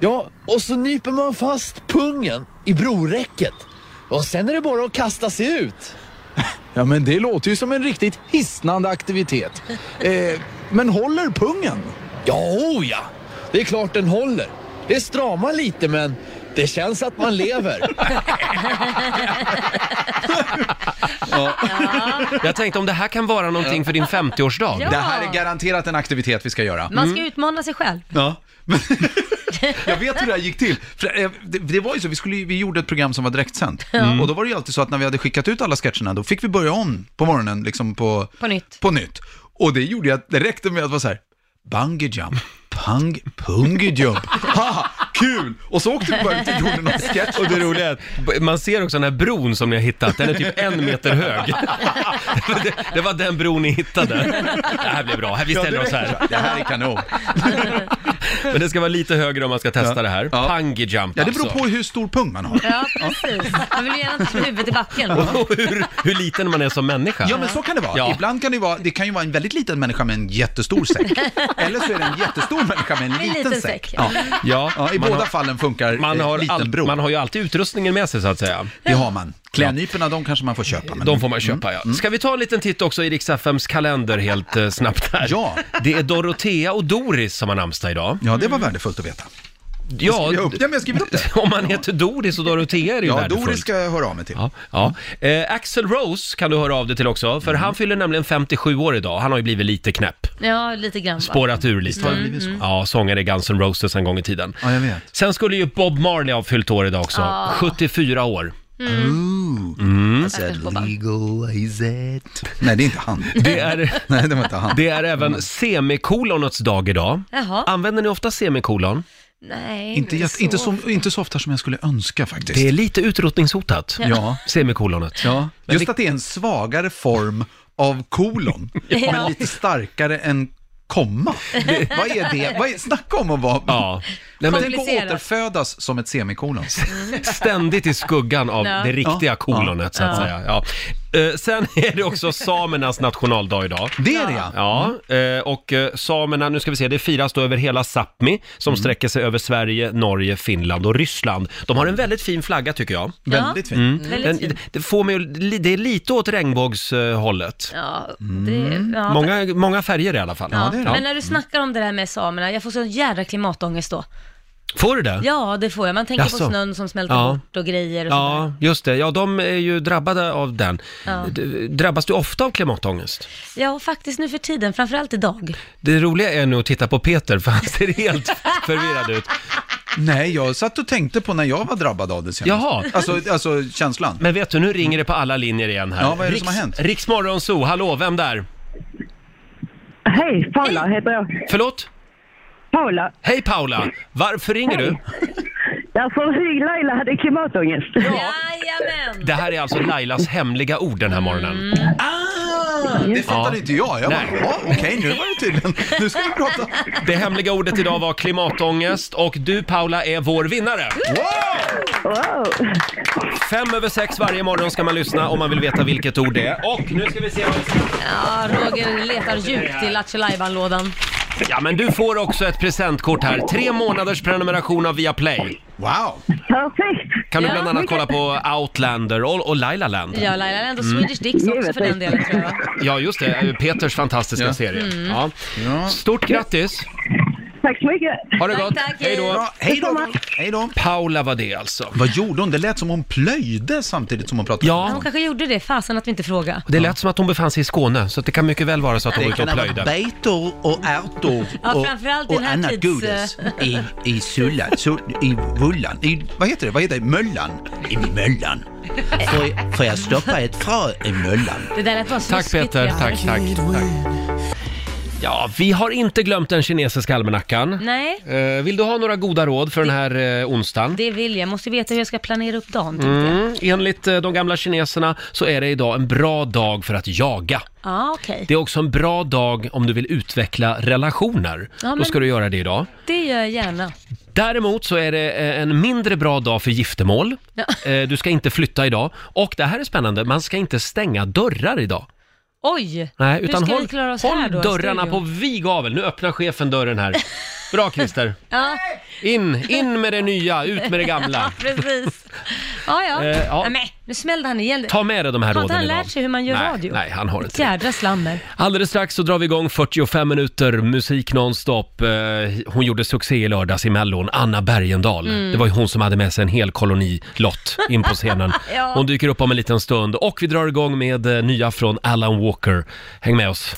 Ja, och så nyper man fast pungen i broräcket. Och sen är det bara att kasta sig ut. Ja, men det låter ju som en riktigt hisnande aktivitet. Eh, men håller pungen? Ja, oh ja. Det är klart den håller. Det stramar lite, men det känns att man lever. Jag tänkte om det här kan vara någonting för din 50-årsdag. Ja. Det här är garanterat en aktivitet vi ska göra. Man ska utmana sig själv. Ja. men- jag vet hur det här gick till. För, eh, det, det var ju så, vi, skulle, ju- vi gjorde ett program som var direktsänt. Och då var det ju alltid så att när vi hade skickat ut alla sketcherna, då fick vi börja om på morgonen, liksom på, På nytt. på nytt. Och det gjorde jag, det räckte med att vara så här, bungee jump, pang, pungjump. Haha, kul! Och så åkte du bara ut och gjorde någon sketch. Och det roliga är att man ser också den här bron som ni har hittat, den är typ en meter hög. Det, det var den bron ni hittade. Det här blir bra, vi Ja, ställer det oss här. räcker. Det här är kanon. Men det ska vara lite högre om man ska testa det här. Pungy jump Ja, det beror alltså. på hur stor pung man har. Ja, precis. Man vill ju gärna slå huvudet i backen. Och hur, hur liten man är som människa. Ja, men så kan det vara. Ja. Ibland kan det vara, det kan ju vara en väldigt liten människa med en jättestor säck. Eller så är det en jättestor människa med en liten, säck. Ja. Ja, Ja, I man båda har- fallen funkar man eh, har, liten all, bro. man har ju alltid utrustningen med sig så att säga. Det har man. Klädnyporna, de kanske man får köpa. Men... Mm, De får man köpa ja. Ska vi ta en liten titt också i Rix FMs kalender helt eh, snabbt här? Ja. Det är Dorotea och Doris som har namnsdag idag. Mm. Ja, det var värdefullt att veta. Ja, Jag, upp... ja, men jag skriver upp det. om man heter Doris och Dorotea är det ju Ja, värdefullt. Doris ska jag höra av mig till. Ja, ja. Eh, Axel Rose kan du höra av dig till också, Mm. för han fyller nämligen 57 år idag. Han har ju blivit lite knäpp, Ja, lite grann va? spårat ur lite. har det blivit så? Mm. Ja, sångare i Guns N' Roses en gång i tiden. Ja, jag vet. Sen skulle ju Bob Marley ha fyllt år idag också, 74 år. Mm. I said Mm. legal, I said... Nej, det är inte han. Det är, Nej, det var inte han. det är även semikolonets dag idag. Jaha. Använder ni ofta semikolon? Nej, Ah, Inte, jätte, inte, så, inte så ofta som jag skulle önska faktiskt. Det är lite utrotningshotat, Ja. semikolonet. Ja, Men just vi- att det är en svagare form av kolon, men lite starkare än komma. Vad är det? Vad är, snacka om att vara... Ja. Nej, men Mm. Tänk att Komplicerat. återfödas som ett semikolon. ständigt i skuggan av Ja. det riktiga kolonet så att säga. Ja. Eh, sen är det också samernas nationaldag idag. Det är det ja. Ja, eh, och eh, samerna, nu ska vi se, det firas då över hela Sápmi som Mm. sträcker sig över Sverige, Norge, Finland och Ryssland. De har en väldigt fin flagga tycker jag. Mm. Väldigt fint. väldigt Den, fint. det, får mig, att- li- det är lite åt regnbågshållet. Ja, det, ja. Många, många färger i alla fall. Ja, det Mm. eh, är det. Men när du snackar om det där med samerna, jag får sån jävla klimatångest då. Får du det? Ja, det får jag. Man tänker Jaså? på snön som smälter Ja. bort och grejer och sådär. Ja, just det. Ja, de är ju drabbade av den. Ja. D- Drabbas du ofta av klimatångest? Ja, och faktiskt nu för tiden, framförallt idag. Det roliga är nu att titta på Peter, för han ser helt förvirrad ut. Nej, jag satt och tänkte på när jag var drabbad av det senast. Jaha. Alltså, alltså känslan. Men vet du, nu ringer det på alla linjer igen här. Ja, vad är det som har hänt? Riksmorgonzoo, hallå, vem där? Hej, Paula heter jag. Förlåt? Paula. Hej Paula! Varför ringer du? Därför hur Laila hade klimatångest. Jajamän! Det här är alltså Lailas hemliga ord den här morgonen. Det Ja. fattade inte jag. Jag bara, Nej. ja, okej, nu var det tydligen... Nu ska vi prata. Det hemliga ordet idag var klimatångest och du Paula är vår vinnare! Wow! Wow. Fem över sex varje morgon ska man lyssna om man vill veta vilket ord det är. Och nu ska vi se vad det ska- Ja, Roger letar djupt i Lattjo lådan Ja men du får också ett presentkort här. Tre månaders prenumeration av Viaplay. Wow! Perfekt. Kan du Ja, bland annat kolla på Outlander och, och Laila Land. Ja, Laila Land Mm. och Swedish Dicks också för den delen tror jag. va? Ja just det, eh, Peters fantastiska Ja. serie. Mm. Ja. Ja. Stort grattis! Tack så mycket. Ha det Tack, gott! tack. Hej då! Bra, hej då. Hej då. Paula var det alltså. Vad gjorde hon? Det lät som hon plöjde samtidigt som hon pratade. Ja, Ja, Hon kanske gjorde det, fasen att vi inte frågade. det lät som att hon befann sig i Skåne, så att det kan mycket väl vara så att hon Det var ute kan och ha varit plöjde. betor och ärtor Ja, och, framförallt i och den här annat tids- godis i, i sullan, sull, i vullan, i, vad heter det, vad heter det, möllan? I möllan. Får, får jag stoppa ett frö i möllan? Det där lät bara Tack snuskigt, Peter, ja. tack, tack, tack. Ja, vi har inte glömt den kinesiska almanackan. Nej, Eh, Vill du ha några goda råd för den här eh, onsdagen? det vill jag. jag. Måste veta hur jag ska planera upp dagen. tänkte jag. Mm, enligt eh, de gamla kineserna så är det idag en bra dag för att jaga. Ja, okej. Det är också en bra dag om du vill utveckla relationer. Ja, Då men- ska du göra det idag. Det gör jag gärna. Däremot så är det eh, en mindre bra dag för giftermål. Ja. Eh, Du ska inte flytta idag. Och det här är spännande, man ska inte stänga dörrar idag. Oj! Nej, utan hur ska håll, vi klara oss här håll då? i dörrarna på studion? vid gavel. Nu öppnar chefen dörren här. Bra Christer! Ja, In, in med det nya, ut med det gamla. precis. Ja, ja. Eh, ja. Nej, men, nu smällde han igen. Ta med dig de här Har råden inte han idag. lärt sig hur man gör nej, radio? Nej, han har inte det. Jädra slammer. Alldeles strax så drar vi igång 45 minuter musik nonstop. Eh, Hon gjorde succé i lördags i Mellon, Anna Bergendahl. Det var ju hon som hade med sig en hel koloni lott in på scenen. Ja. Hon dyker upp om en liten stund och vi drar igång med eh, nya från Alan Walker. Häng med oss.